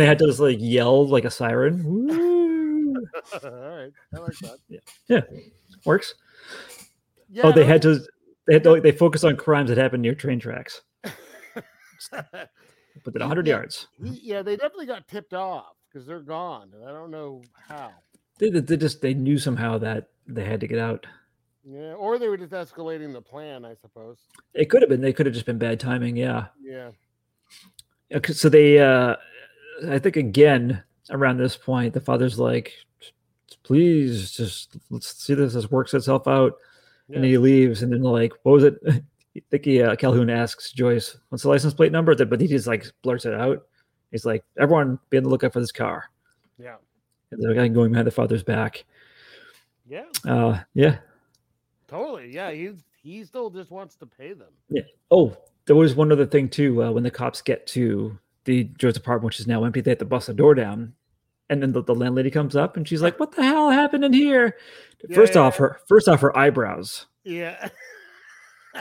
they had to just like yell like a siren. Woo!
All right. I like
Oh,
that.
Works.
Yeah,
Oh, they
no,
had to. They had to. Like, they focus on crimes that happened near train tracks, but then 100
Yeah.
yards.
he- yeah, they definitely got tipped off because they're gone. And I don't know how.
They, they, they just they knew somehow that they had to get out.
Yeah. Or they were just escalating the plan, I suppose.
It could have been. They could have just been bad timing. Yeah.
Yeah.
Yeah, 'cause- So they, uh, I think again around this point, the father's like, "Please, just let's see this. This works itself out." And
Yeah.
he leaves, and then like, what was it? I think he, uh, Calhoun asks Joyce, "What's the license plate number?" But he just like blurts it out. He's like, "Everyone, be on the lookout for this car."
Yeah.
And the guy going behind the father's back.
Yeah.
Uh, yeah.
Totally. Yeah. He's, he still just wants to pay them.
Oh, there was one other thing too. Uh, when the cops get to the Joe's apartment, which is now empty, they have to bust the door down, and then the, the landlady comes up and she's like, "What the hell happened in here?"
Yeah,
first
yeah,
off, her first off her eyebrows
Yeah.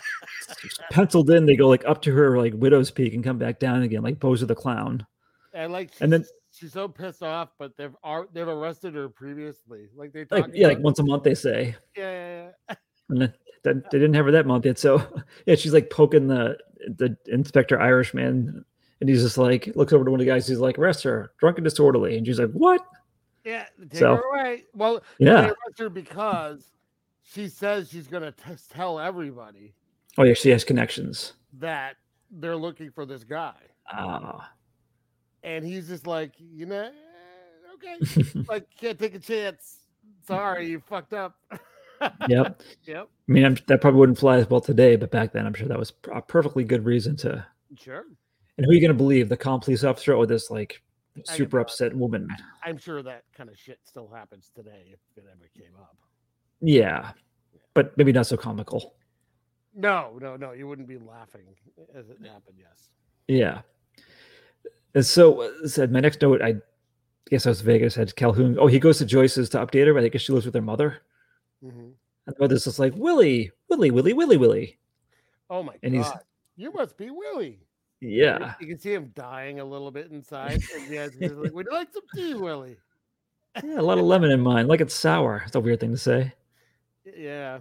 penciled in. They go like up to her like widow's peak and come back down again, like Bozo the clown.
And like,
And then-
she's- she's so pissed off, but they've ar- they've arrested her previously. Like they
Like
talked
yeah, like
about-
once a month they say,
yeah, yeah, yeah.
and then then they didn't have her that month yet. So yeah, she's like poking the the inspector Irishman. And he's just like looks over to one of the guys. He's like, "Arrest her, drunk and disorderly." And she's like, "What?"
Yeah, take
So-
her away. Well,
Yeah.
they arrest her because she says she's going to t- tell everybody
Oh yeah, she has connections.
that they're looking for this guy,
Ah,
and he's just like, you know, eh, okay, like can't take a chance. Sorry, you fucked up.
yep.
yep,
I mean, I'm, that probably wouldn't fly as well today, but back then, I'm sure that was a perfectly good reason to.
sure.
And who are you going to believe, the calm police officer or this like
I
super
know.
upset woman?
I'm sure that kind of shit still happens today if it ever came up.
Yeah, but maybe not so comical.
No, no, no, you wouldn't be laughing as it happened. Yes.
Yeah. And so, uh, said my next note. I guess I was Vegas. Had Calhoun. Oh, he goes to Joyce's to update her, but I guess she lives with her mother.
hmm
And the mother's just like Willie, Willie, Willie, Willie, Willie.
Oh my
And
god,
he's-
you must be Willie. And
Yeah.
You can see him dying a little bit inside. And he has, he's like, Would you like some tea, Willie?
yeah, a lot of lemon in mine. Like it's sour. It's a weird thing to say.
Yeah.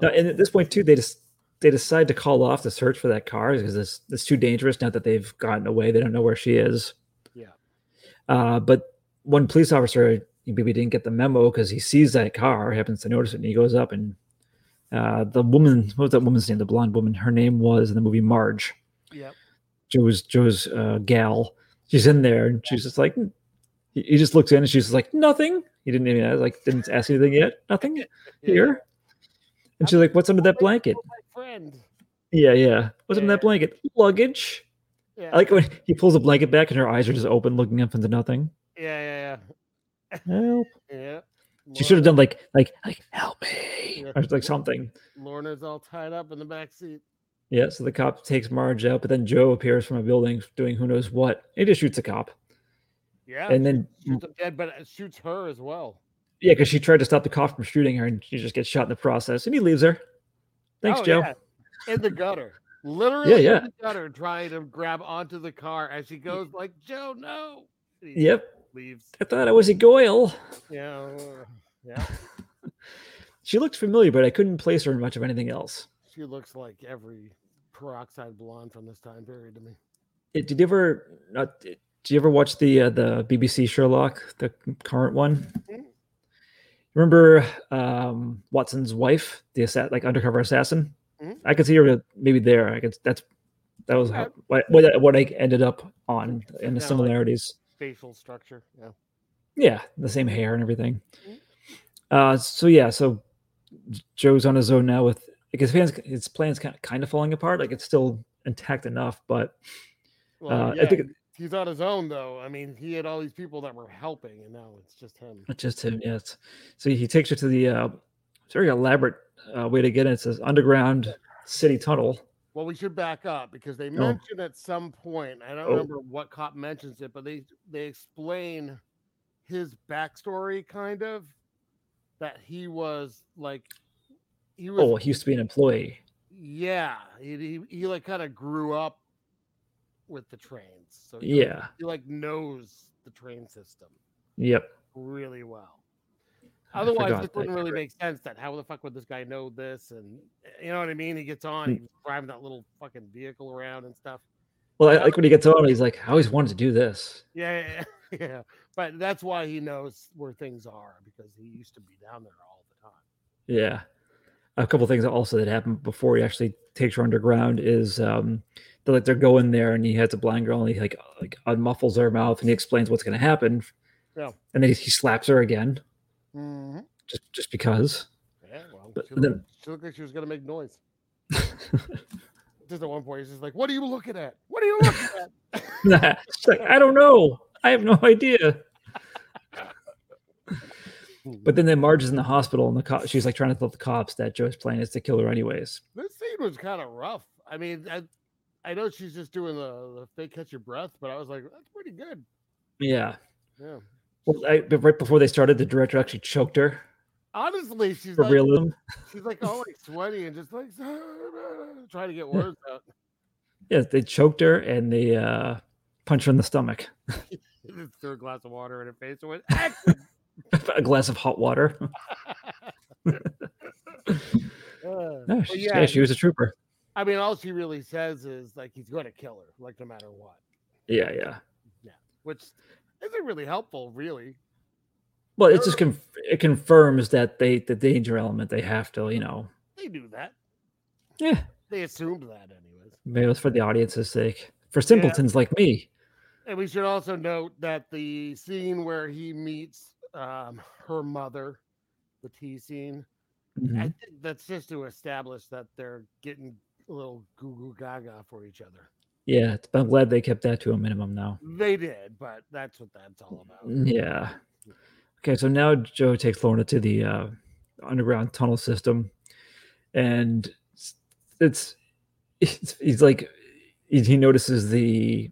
No, and at this point too, they just they decide to call off the search for that car because it's it's too dangerous now that they've gotten away. They don't know where she is.
Yeah.
Uh, but one police officer maybe didn't get the memo because he sees that car, happens to notice it, and he goes up and uh, the woman, what was that woman's name? The blonde woman. Her name was in the movie Marge.
Yep.
Joe's Joe's uh, gal. She's in there and she's just like, He, he just looks in and she's just like, nothing. He didn't even ask, like didn't ask anything yet. Nothing here. And she's like, what's under that blanket?
My friend.
Yeah, yeah. What's under that
Yeah.
blanket? Luggage.
Yeah.
I like when he pulls the blanket back and her eyes are just open, looking up into nothing.
yeah,
Help.
yeah, yeah. yeah.
She should have done like, like, like, help me,
Yeah.
or like something.
Lorna's all tied up in the back seat.
Yeah. So the cop takes Marge out, but then Joe appears from a building doing who knows what. He just shoots a cop,
Yeah.
and then
shoots him dead, but it shoots her as well.
yeah, because she tried to stop the cop from shooting her, and she just gets shot in the process, and he leaves her. Thanks,
Oh,
Joe.
yeah, In the gutter. Literally
yeah.
in the gutter, trying to grab onto the car as she goes, like, Joe, no. And he
Yep.
Leaves.
I thought I was a Goyle.
Yeah. uh, Yeah.
She looked familiar, but I couldn't place her in much of anything else.
She looks like every peroxide blonde from this time period to me.
Eh, Did you ever? Not, eh, did you ever watch the uh, the BBC Sherlock, the current one?
Mhm.
Remember um, Watson's wife, the assa- like undercover assassin?
Mhm.
I could see her maybe there. I could. That's that was how, what what what I ended up on and the
Yeah, like-
similarities.
Facial structure. Yeah.
Yeah, the same hair and everything.
Mhm.
Uh, so yeah, so J- Joe's on his own now with like his plans. His plans kind of kind of falling apart. Like it's still intact enough, but
Well,
Uh, I
yeah,
think it-
he's on his own though. I mean, he had all these people that were helping, and now it's just him.
it's just him. Yes. So he takes her to the uh, it's a very elaborate uh, way to get in. It's this underground city tunnel.
Well, we should back up because they mention at some point. I don't
Oh.
remember what cop mentions it, but they they explain his backstory, kind of that he was like he was
Oh, he used to be an employee.
yeah he he, he like kind of grew up with the trains, so he, like-
Yeah.
he like knows the train system
Yep.
really well.
I
Otherwise,
forgot
this
that
wouldn't
you
really
were-
make sense. That how the fuck would this guy know this? And you know what I mean? He gets
Hmm.
on, he's driving that little fucking vehicle around and stuff.
Well, I like when he gets on, he's like, "I always wanted to do this."
Yeah, yeah, yeah, yeah. But that's why he knows where things are because he used to be down there all the time.
Yeah. A couple things also that happened before he actually takes her underground is um they're like they're going there and he has a blind girl and he like like unmuffles her mouth and he explains what's gonna happen.
Yeah.
And then he, he slaps her again
Mm-hmm.
just just because.
Yeah, well,
But
she
then-
looked, she looked like she was gonna make noise. Just at one point, he's just like, "What are you looking at? What are you looking at?"
She's like, I don't know. I have no idea.
Hmm.
But then, then Marge is in the hospital, and the cop, she's like trying to tell the cops that Joe's plan is to kill her anyways.
This scene was kind of rough. I mean, I, I know she's just doing the, the fake catch your breath, but I was like, that's pretty good.
Yeah.
Yeah.
Well, I, but right before they started, the director actually choked her
Honestly, she's
for
like,
realism.
she's like all like sweaty and just like trying to get words out.
Yeah, they choked her and they uh, punched her in the stomach.
Just threw a glass of water in her face and went, "Action!"
a glass of hot water.
Uh,
no,
but
she, yeah,
yeah,
she was a trooper.
I mean, all she really says is like he's going to kill her, like no matter what,
Yeah, yeah.
which isn't really helpful, really.
Well, it just conf- it confirms that they the danger element they have to you know
They knew that.
yeah
They assumed that, anyways.
maybe it's for the audience's sake for simpletons like me.
And we should also note that the scene where he meets um, her mother, the tea scene, I
Mhm.
think that's just to establish that they're getting a little goo goo gaga for each other.
Yeah, it's- I'm glad they kept that to a minimum now.
They did, but that's what that's all
Mm-hmm.
about.
Yeah. Okay, so now Joe takes Lorna to the uh, underground tunnel system, and s- it's, it's he's like he he notices the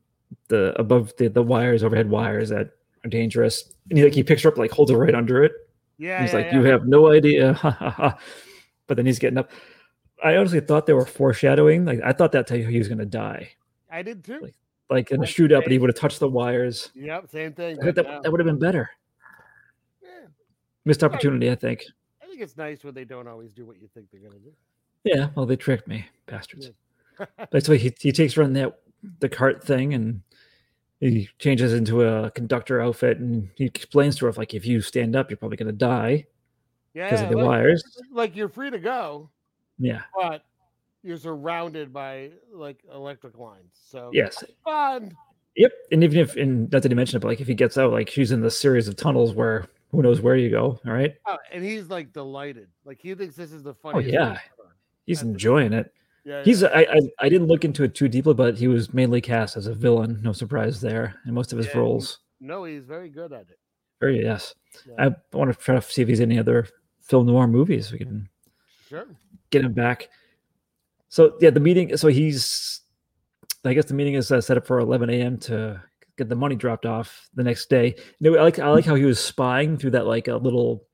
the above the the wires overhead wires that are dangerous, and he like he picks her up like holds her right under it.
Yeah,
and he's
yeah,
like,
yeah.
"You have no idea," ha, ha, ha." but then he's getting up. I honestly thought they were foreshadowing. Like I thought that's how he was going to die.
I did too.
like- Like in a
Like,
shootout, but
they-
he would have touched the wires.
Yep, same thing.
I think
but
that,
no.
that would have been better.
Yeah,
Missed
Right.
opportunity, I think.
I think it's nice when they don't always do what you think they're gonna do.
Yeah, well, they tricked me, bastards. That's why he, he takes her on that the cart thing and he changes into a conductor outfit and he explains to her like if you stand up, you're probably gonna die because
Yeah,
of the
like,
wires.
like you're free to go,
Yeah.
but you're surrounded by like electric lines. So
Yes.
fun.
Yep. And even if, and not that he mentioned it, but like if he gets out, like she's in this series of tunnels where who knows where you go. All right.
Oh, and he's like delighted. Like he thinks this is the
Oh,
funniest.
yeah.
thing ever.
He's enjoying it.
Yeah,
He's, I, I, I didn't look into it too deeply, but he was mainly cast as a villain. No surprise there in most of his
Yeah, he-
roles.
no, he's very good at it.
Very, yes.
Yeah.
I want to try to see if he's in any other film noir movies. We can
Sure.
get him back. So yeah, the meeting. So he's, I guess the meeting is uh, set up for 11 a.m. to get the money dropped off the next day. You know, I like I like how he was spying through that like a little.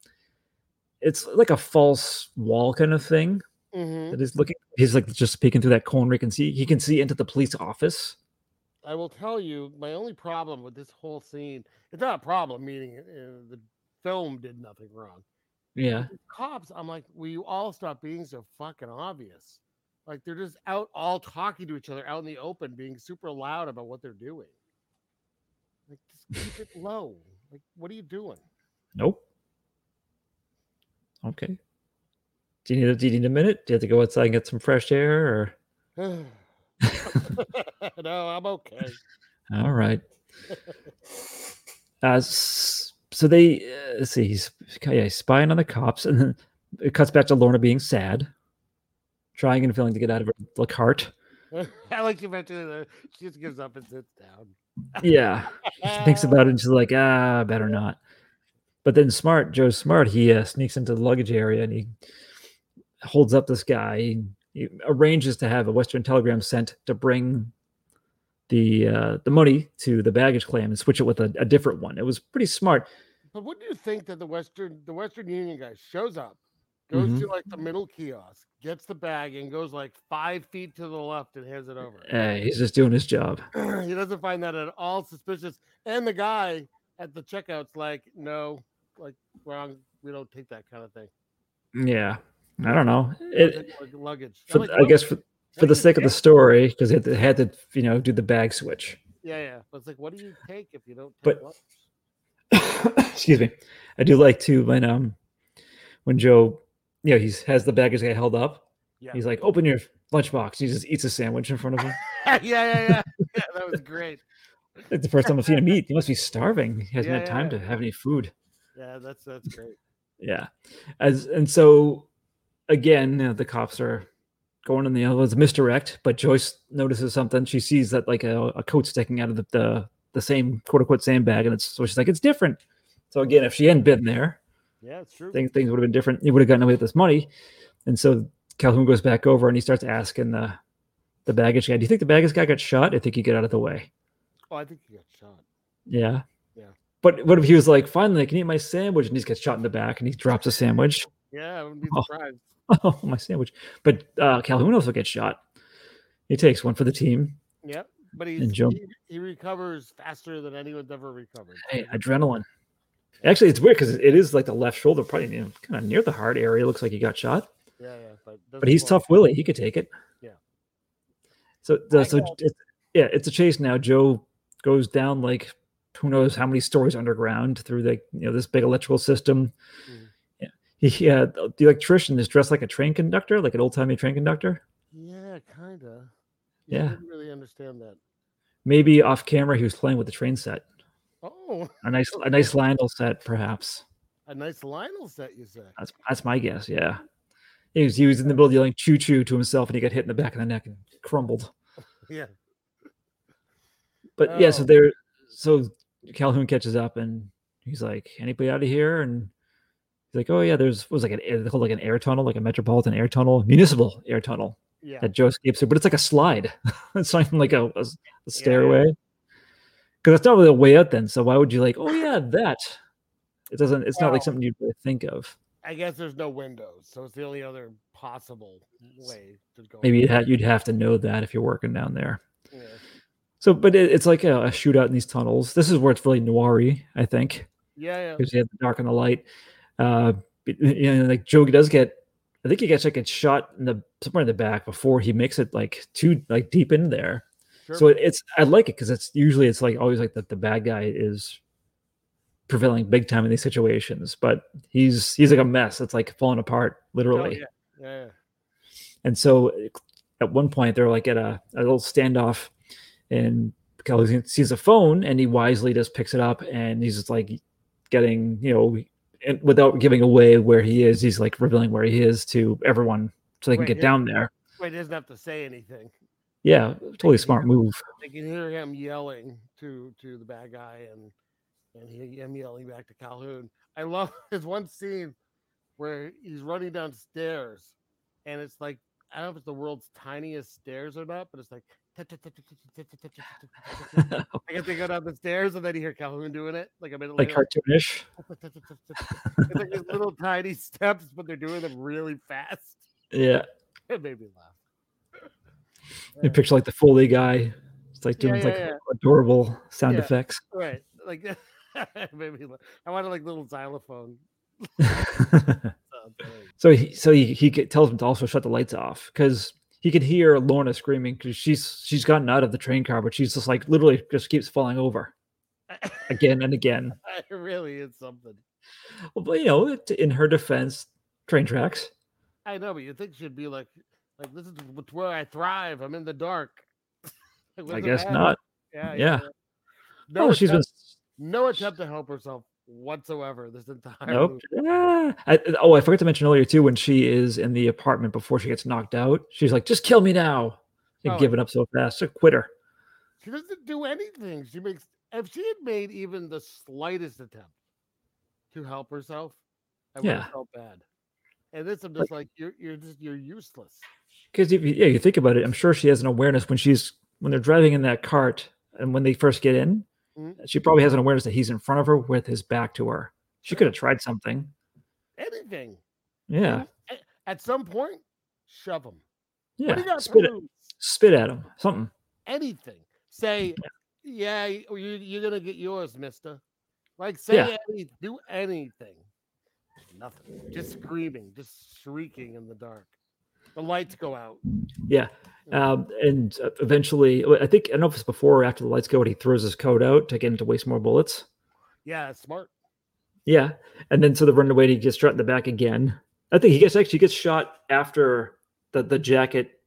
It's like a false wall kind of thing
Mhm.
that he's looking. He's like just peeking through that corner. He can see. He can see into the police office.
I will tell you, my only problem with this whole scene, it's not a problem, meaning uh, the film did nothing wrong.
Yeah,
cops, I'm like, will you all stop being so fucking obvious? Like they're just out all talking to each other out in the open, being super loud about what they're doing. Like just keep it low. Like what are you doing?
Nope. Okay. Do you need a, do you need a minute? Do you have to go outside and get some fresh air?
no, I'm okay.
Or all right. Uh, s- so they uh, let's see. He's yeah, he's spying on the cops, and then it cuts back to Lorna being sad, trying and failing to get out of her like heart.
I like you mentioned that she just gives up and sits down. Uh,
Yeah, she thinks about it, and she's like, ah, better not. But then Smart Joe Smart, he uh, sneaks into the luggage area and he holds up this guy. He, he arranges to have a Western telegram sent to bring the uh, the money to the baggage claim and switch it with a, a different one. It was pretty smart.
But wouldn't you think that the Western the Western Union guy shows up, goes
Mm-hmm.
to like the middle kiosk, gets the bag, and goes like five feet to the left and hands it over.
Uh, he's just doing his job.
he doesn't find that at all suspicious. And the guy at the checkout's like, no, like wrong. We don't take that kind of thing.
Yeah, I don't know.
We
It,
take lug- luggage. I'm
for,
like,
I guess for, for
what
the
do you
sake of the
take?
story, because it it had to you know do the bag switch.
Yeah, yeah. But it's like, what do you take if you don't take
But-
luggage?
excuse me i do like to when um when joe you know he's has the baggage guy held up
Yeah.
he's like open your lunchbox he just eats a sandwich in front of him
yeah, yeah, yeah. yeah that was great.
it's the first time i've seen him eat he must be starving he hasn't
Yeah,
had time
yeah.
to have any food
Yeah, that's that's great.
yeah as and so again you know, the cops are going in the other one's misdirect but joyce notices something she sees that like a, a coat sticking out of the, the the same quote unquote sandbag and it's so she's like it's different so again if she hadn't been there
Yeah, it's true.
things things would have been different. He would have gotten away with this money. And so Calhoun goes back over and he starts asking the the baggage guy, "Do you think the baggage guy got shot? I think he get out of the way."
Oh, I think he got shot.
Yeah.
Yeah.
But what if he was like, "Finally, I can eat my sandwich," and he just gets shot in the back and he drops a sandwich.
Yeah, I wouldn't be
Oh.
surprised.
oh, my sandwich! But uh, Calhoun also gets shot. He takes one for the team.
Yeah, but he's,
Joe-
he, he recovers faster than anyone's ever recovered.
Hey, adrenaline. Actually, it's weird because it is like the left shoulder, probably you know, kind of near the heart area. Looks like he got shot.
Yeah, yeah. But,
but he's tough Willie. He could take it.
Yeah.
So the-
I
so
got-
it's, yeah, it's a chase now. Joe goes down like who knows how many stories underground through the you know this big electrical system.
Mhm.
Yeah. He yeah, the the electrician is dressed like a train conductor, like an old timey train conductor.
Yeah, kind of.
Yeah.
I didn't really understand that.
Maybe off camera he was playing with the train set.
Oh,
A nice a nice Lionel set, perhaps.
a nice Lionel set, you say?
That's that's my guess, yeah. He was, he was in the middle of yelling choo choo to himself and he got hit in the back of the neck and crumbled.
Yeah.
but yeah, so
Oh.
they're so Calhoun catches up and he's like, anybody out of here? And he's like, oh yeah, there's was like an air- they called like an air tunnel, like a metropolitan air tunnel, municipal air tunnel
Yeah.
that Joe escapes through, but it's like a slide. it's not even like a, a s- a stairway because that's not really a way out then. So why would you like, oh yeah, that? It doesn't. It's not
Well-
like something you'd really think of.
I guess there's no windows, so it's the only other possible way to go.
Maybe you'd, ha- you'd have to know that if you're working down there.
Yeah.
So, but it, it's like a, a shootout in these tunnels. This is where it's really noiry, I think.
Yeah, yeah.
because you have the dark and the light. Uh, but, you know, like Joe does get, I think he gets like a shot in the somewhere in the back before he makes it like too like deep in there.
Sure.
So it, it's I like it because it's usually it's like always like that the bad guy is prevailing big time in these situations, but he's he's like a mess. It's like falling apart
Oh,
literally.
yeah. yeah.
And so at one point they're like at a, a little standoff and Kelly sees a phone and he wisely just picks it up and he's just like getting, you know, and without giving away where he is, he's like revealing where he is to everyone so they can
Right,
get
yeah.
down there.
Wait, he doesn't have to say anything.
Yeah, totally smart move.
They can hear him yelling to to the bad guy and and he, him yelling back to Calhoun. I love his one scene where he's running downstairs and it's like I don't know if it's the world's tiniest stairs or not, but it's like I guess they go down the stairs and then you hear Calhoun doing it like a minute
Like
later.
cartoonish.
it's like these little tiny steps, but they're doing them really fast.
Yeah.
It made me laugh.
You picture like the Foley guy. It's like
Yeah,
doing
yeah,
like
yeah.
adorable sound
Yeah.
effects.
Right. Like it made me laugh. I wanted like little xylophone. sounds, like-
so he so he, he get- tells him to also shut the lights off because he could hear Lorna screaming because she's she's gotten out of the train car, but she's just like literally just keeps falling over again and again.
it really is something.
Well, but you know, it- in her defense, train tracks.
I know, but you think she'd be like, like this is wh- where I thrive. I'm in the dark. Like, what
I
does
guess
it matter?
not. Yeah.
No,
oh, she's been.
attempt, no attempt to help herself whatsoever this entire
Nope.
movie.
Ah. I, oh, I forgot to mention earlier too. When she is in the apartment before she gets knocked out, she's like, "Just kill me now!" and
Oh,
giving up so fast, a quitter.
She doesn't do anything. She makes if she had made even the slightest attempt to help herself, I would
Yeah.
have felt bad. And this, I'm just like, you're you're just you're useless.
Because if you, yeah, you think about it, I'm sure she has an awareness when she's when they're driving in that cart and when they first get in,
Mhm.
she probably has an awareness that he's in front of her with his back to her. She could have tried something.
Anything.
Yeah,
At some point, shove them. What do you
yeah.
got to
Spit it,
lose?
spit at him. Something.
Anything. Say, yeah, y- you, you're gonna get yours, Mister. Like say
Yeah.
any, do anything. Nothing. Just screaming, just shrieking in the dark. The lights go out.
Yeah. Um, and uh, eventually, I think I don't know if it's before or after the lights go out, he throws his coat out to get him to waste more bullets.
Yeah, smart.
Yeah, and then so the runaway he gets shot in the back again. I think he gets actually gets shot after the the jacket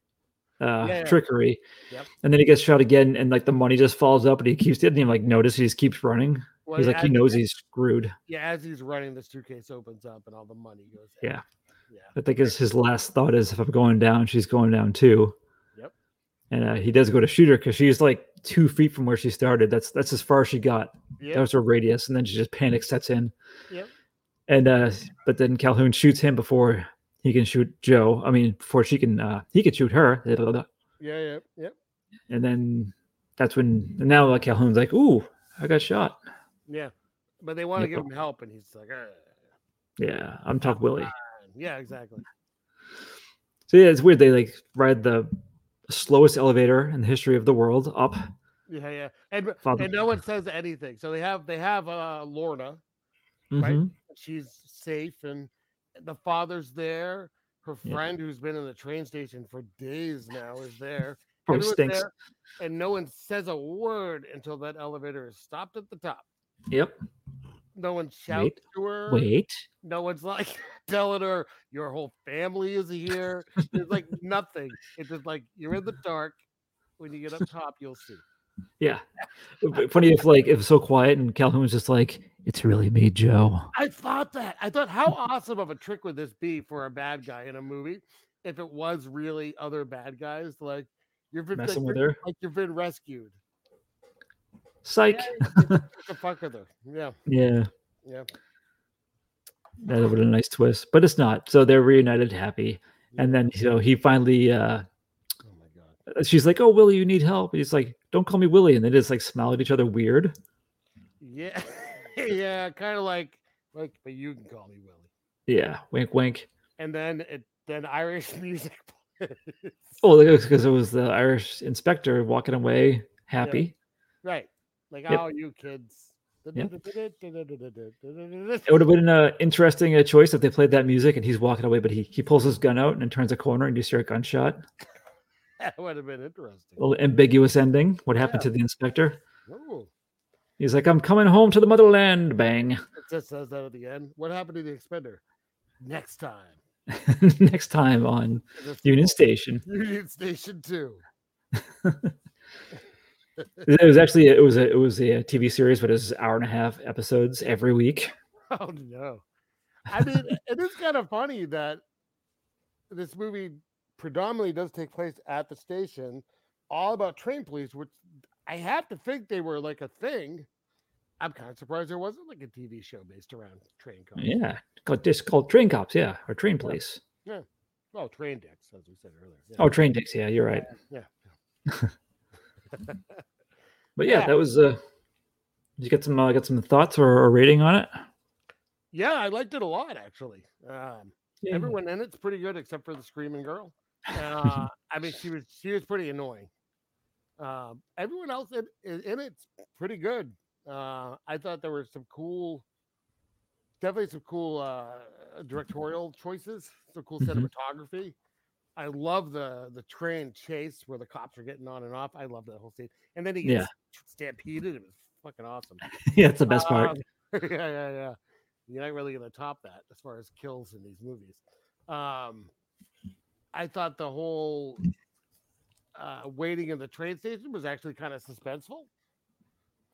uh,
Yeah.
trickery,
Yep.
and then he gets shot again, and like the money just falls up, and he keeps didn't even like notice. He just keeps running.
Well,
he's like he
as-
knows he's screwed.
Yeah, as he's running, the suitcase opens up and all the money goes. out.
Yeah.
Yeah.
I think his his last thought is if I'm going down, she's going down too.
Yep.
And uh, he does go to shoot her because she's like two feet from where she started. That's that's as far as she got.
Yeah.
That was her radius, and then she just panic sets in.
Yep.
And uh, but then Calhoun shoots him before he can shoot Joe. I mean, before she can, uh, he could shoot her. blah, blah, blah.
Yeah. Yeah. Yep.
And then that's when and now uh, Calhoun's like, "Ooh, I got shot."
Yeah. But they want to
Yep.
give him help, and he's like, "Ugh."
Yeah, I'm Top Willie.
yeah, exactly.
So yeah, it's weird. They like ride the slowest elevator in the history of the world up.
Yeah, yeah. And
Father-
and no one says anything. So they have they have uh Lorna. Right.
Mhm.
She's safe and the father's there. Her
Yeah.
friend who's been in the train station for days now is there.
Probably
Everyone's
stinks.
there, and no one says a word until that elevator is stopped at the top.
Yep.
No one shouts to her.
Wait.
No one's like telling her your whole family is here. There's like nothing. It's just like you're in the dark. When you get up top, you'll see.
Yeah. It'd be Funny if like if it's so quiet and Calhoun's just like, "It's really me, Joe."
I thought that. I thought how awesome of a trick would this be for a bad guy in a movie if it was really other bad guys like you've been like,
Messing with
you're-
her.
like you've been rescued.
Psych.
What the fuck with her? Yeah,
Yeah.
yeah.
That would have been a nice twist, but it's not. So they're reunited, happy, and then so he finally, uh,
Oh my god.
she's like, "Oh, Willie, you need help." And he's like, "Don't call me Willie," and they just like smile at each other, weird.
Yeah. yeah, kind of like like but you can call me Willie.
Yeah, wink, wink.
And then it then Irish music plays.
Oh, because it was the Irish inspector walking away, happy.
Right. Like
Yep.
oh you kids.
Yep. It would have been an interesting uh, choice if they played that music and he's walking away, but he he pulls his gun out and then turns a corner and you hear a gunshot.
That would have been interesting.
A little ambiguous ending. What happened to the inspector?
Ooh.
He's like, "I'm coming home to the motherland." Bang.
It just says that at the end. What happened to the expender? Next time.
Next time on
And it's
Union Station.
Union Station 2.
It was actually it was a, it was a TV series, but it was hour and a half episodes every week.
Oh no. I mean, it is kind of funny that this movie predominantly does take place at the station, all about train police, which I have to think they were like a thing. I'm kind of surprised there wasn't like a TV show based around train cars.
Yeah, called just called Train Cops. Yeah, or Train Police.
Well, train decks, as we said earlier. Yeah.
Oh, Train Dicks. Yeah, you're right.
Yeah.
But yeah,
Yeah.
that was. Uh, you get some uh, got some thoughts or, or rating on it?
Yeah, I liked it a lot actually. Um,
Yeah.
Everyone in it's pretty good except for the screaming girl. Uh, I mean, she was she was pretty annoying. Um, everyone else in, in in it's pretty good. Uh, I thought there were some cool, definitely some cool uh, directorial choices, some cool
Mhm.
cinematography. I love the the train chase where the cops are getting on and off. I love that whole scene. And then he
Yeah.
gets stampeded. It was fucking awesome.
yeah, it's the best part.
Um, yeah, yeah, yeah. You're not really gonna top that as far as kills in these movies. Um, I thought the whole uh, waiting in the train station was actually kind of suspenseful.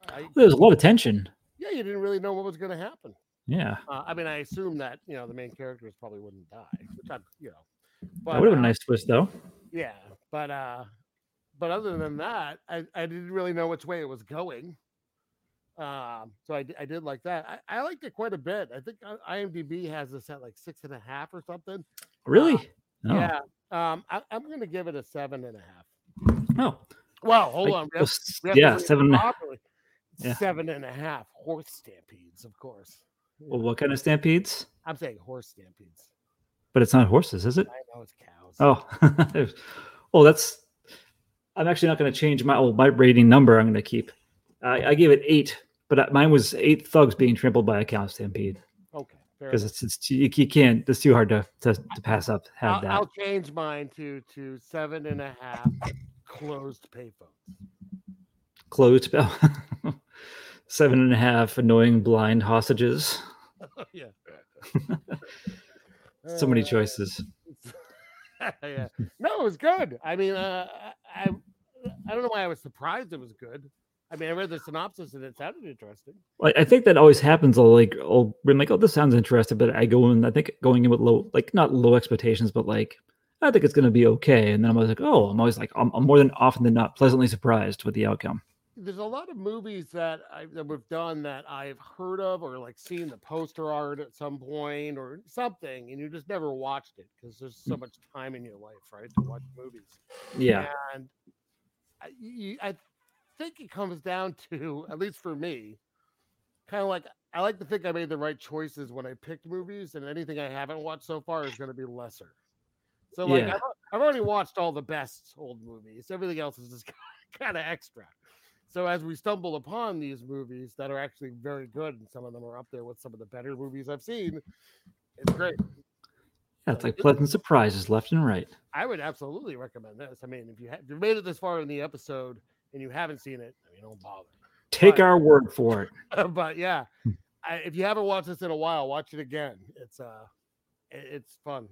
I,
There was a lot of tension.
yeah, you didn't really know what was gonna happen.
Yeah,
Uh, I mean, I assume that you know the main characters probably wouldn't die, which I, you know,
that would have
uh,
been a nice twist though.
yeah, but uh, but other
Mm-hmm.
than that, I, I didn't really know which way it was going. Um, so I, d- I did like that. I, I liked it quite a bit. I think I- IMDb has this at like six and a half or something.
Really? Oh, No.
Yeah. Um, I, I'm gonna give it a seven and a half.
No.
Well, hold
Like,
on. we
it
have-
was-
we have to
yeah,
read it
seven.
properly.
Yeah.
Seven and a half horse stampedes, of course.
Well, what kind of stampedes?
I'm saying horse stampedes.
But it's not horses, is it?
I know it's cows.
Oh, well, that's. I'm actually not going to change my well, my rating number. I'm going to keep. I, I gave it eight, but I- mine was eight thugs being trampled by a cow stampede
okay. fair
because
enough.
it's, it's too, you, you can't. It's too hard to to, to pass up have
I'll,
that.
I'll change mine to to seven and a half closed payphones.
closed bell. Seven and a half annoying blind hostages.
yeah.
So many
Uh,
choices.
yeah. No, it was good. I mean, uh, I I don't know why I was surprised it was good. I mean, I read the synopsis and it sounded interesting.
Like I think that always happens. I'll like I'll be like, oh, this sounds interesting, but I go in. I think going in with low, like not low expectations, but like I think it's gonna be okay. And then I'm always like, oh, I'm always like, I'm, I'm more than often than not pleasantly surprised with the outcome.
There's a lot of movies that I that we've done that I've heard of or like seen the poster art at some point or something, and you just never watched it because there's
Mm.
so much time in your life, right, to watch movies.
Yeah,
And I, you, I think it comes down to, at least for me, kind of like I like to think I made the right choices when I picked movies, and anything I haven't watched so far is going to be lesser. So, like,
Yeah.
I've, al- I've already watched all the best old movies, everything else is just kind of extra. So, as we stumble upon these movies that are actually very good, and some of them are up there with some of the better movies I've seen, it's great.
yeah it's like pleasant surprises left and right.
I would absolutely recommend this. I mean, if you have if you made it this far in the episode and you haven't seen it, I mean, don't bother.
Take
Right.
our word for it.
but yeah,
Hmm.
I, if you haven't watched this in a while, watch it again. It's uh, i- it's fun.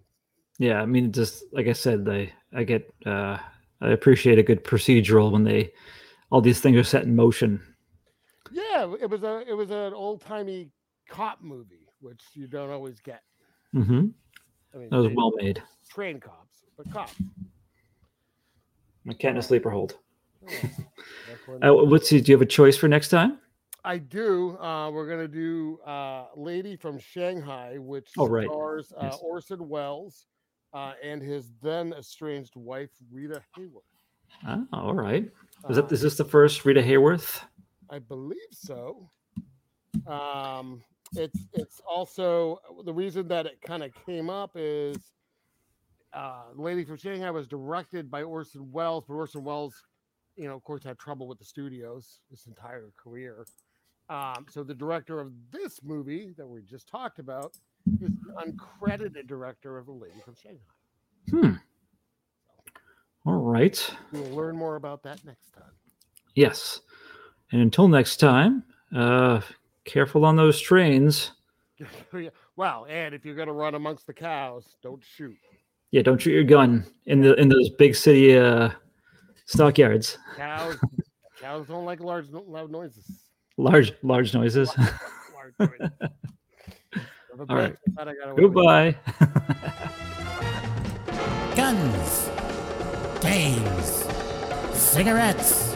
Yeah, I mean, just like I said, they I get uh, I appreciate a good procedural when they all these things are set in motion.
Yeah, it was a it was an old timey cop movie, which you don't always get.
Mm-hmm.
I mean,
That was
they-
well made.
train cops, but cops.
I can't in a sleeper hold.
Yeah, that's one-
Uh, what's do you have a choice for next time?
I do. Uh, we're gonna do uh, "Lady from Shanghai," which
Oh, right.
stars uh,
Yes.
Orson Welles uh, and his then estranged wife Rita Hayworth.
Oh, all right. Is
Uh,
that is this the first Rita Hayworth?
I believe so. Um, it's it's also the reason that it kind of came up is uh, "Lady from Shanghai" was directed by Orson Welles, but Orson Welles, you know, of course, had trouble with the studios his entire career. Um, so the director of this movie that we just talked about is the uncredited director of "The Lady from Shanghai."
Hmm. All right.
We'll learn more about that next time.
Yes. And until next time, uh, careful on those trains.
Yeah, well, and if you're gonna run amongst the cows, don't shoot.
Yeah, don't shoot your gun in the in those big city uh, stockyards.
Cows Cows don't like large, no- loud noises.
Large, large noises.
Large noises. Son of a
All
bitch,
right.
I thought I got away with it.
Goodbye.
guns, games, cigarettes,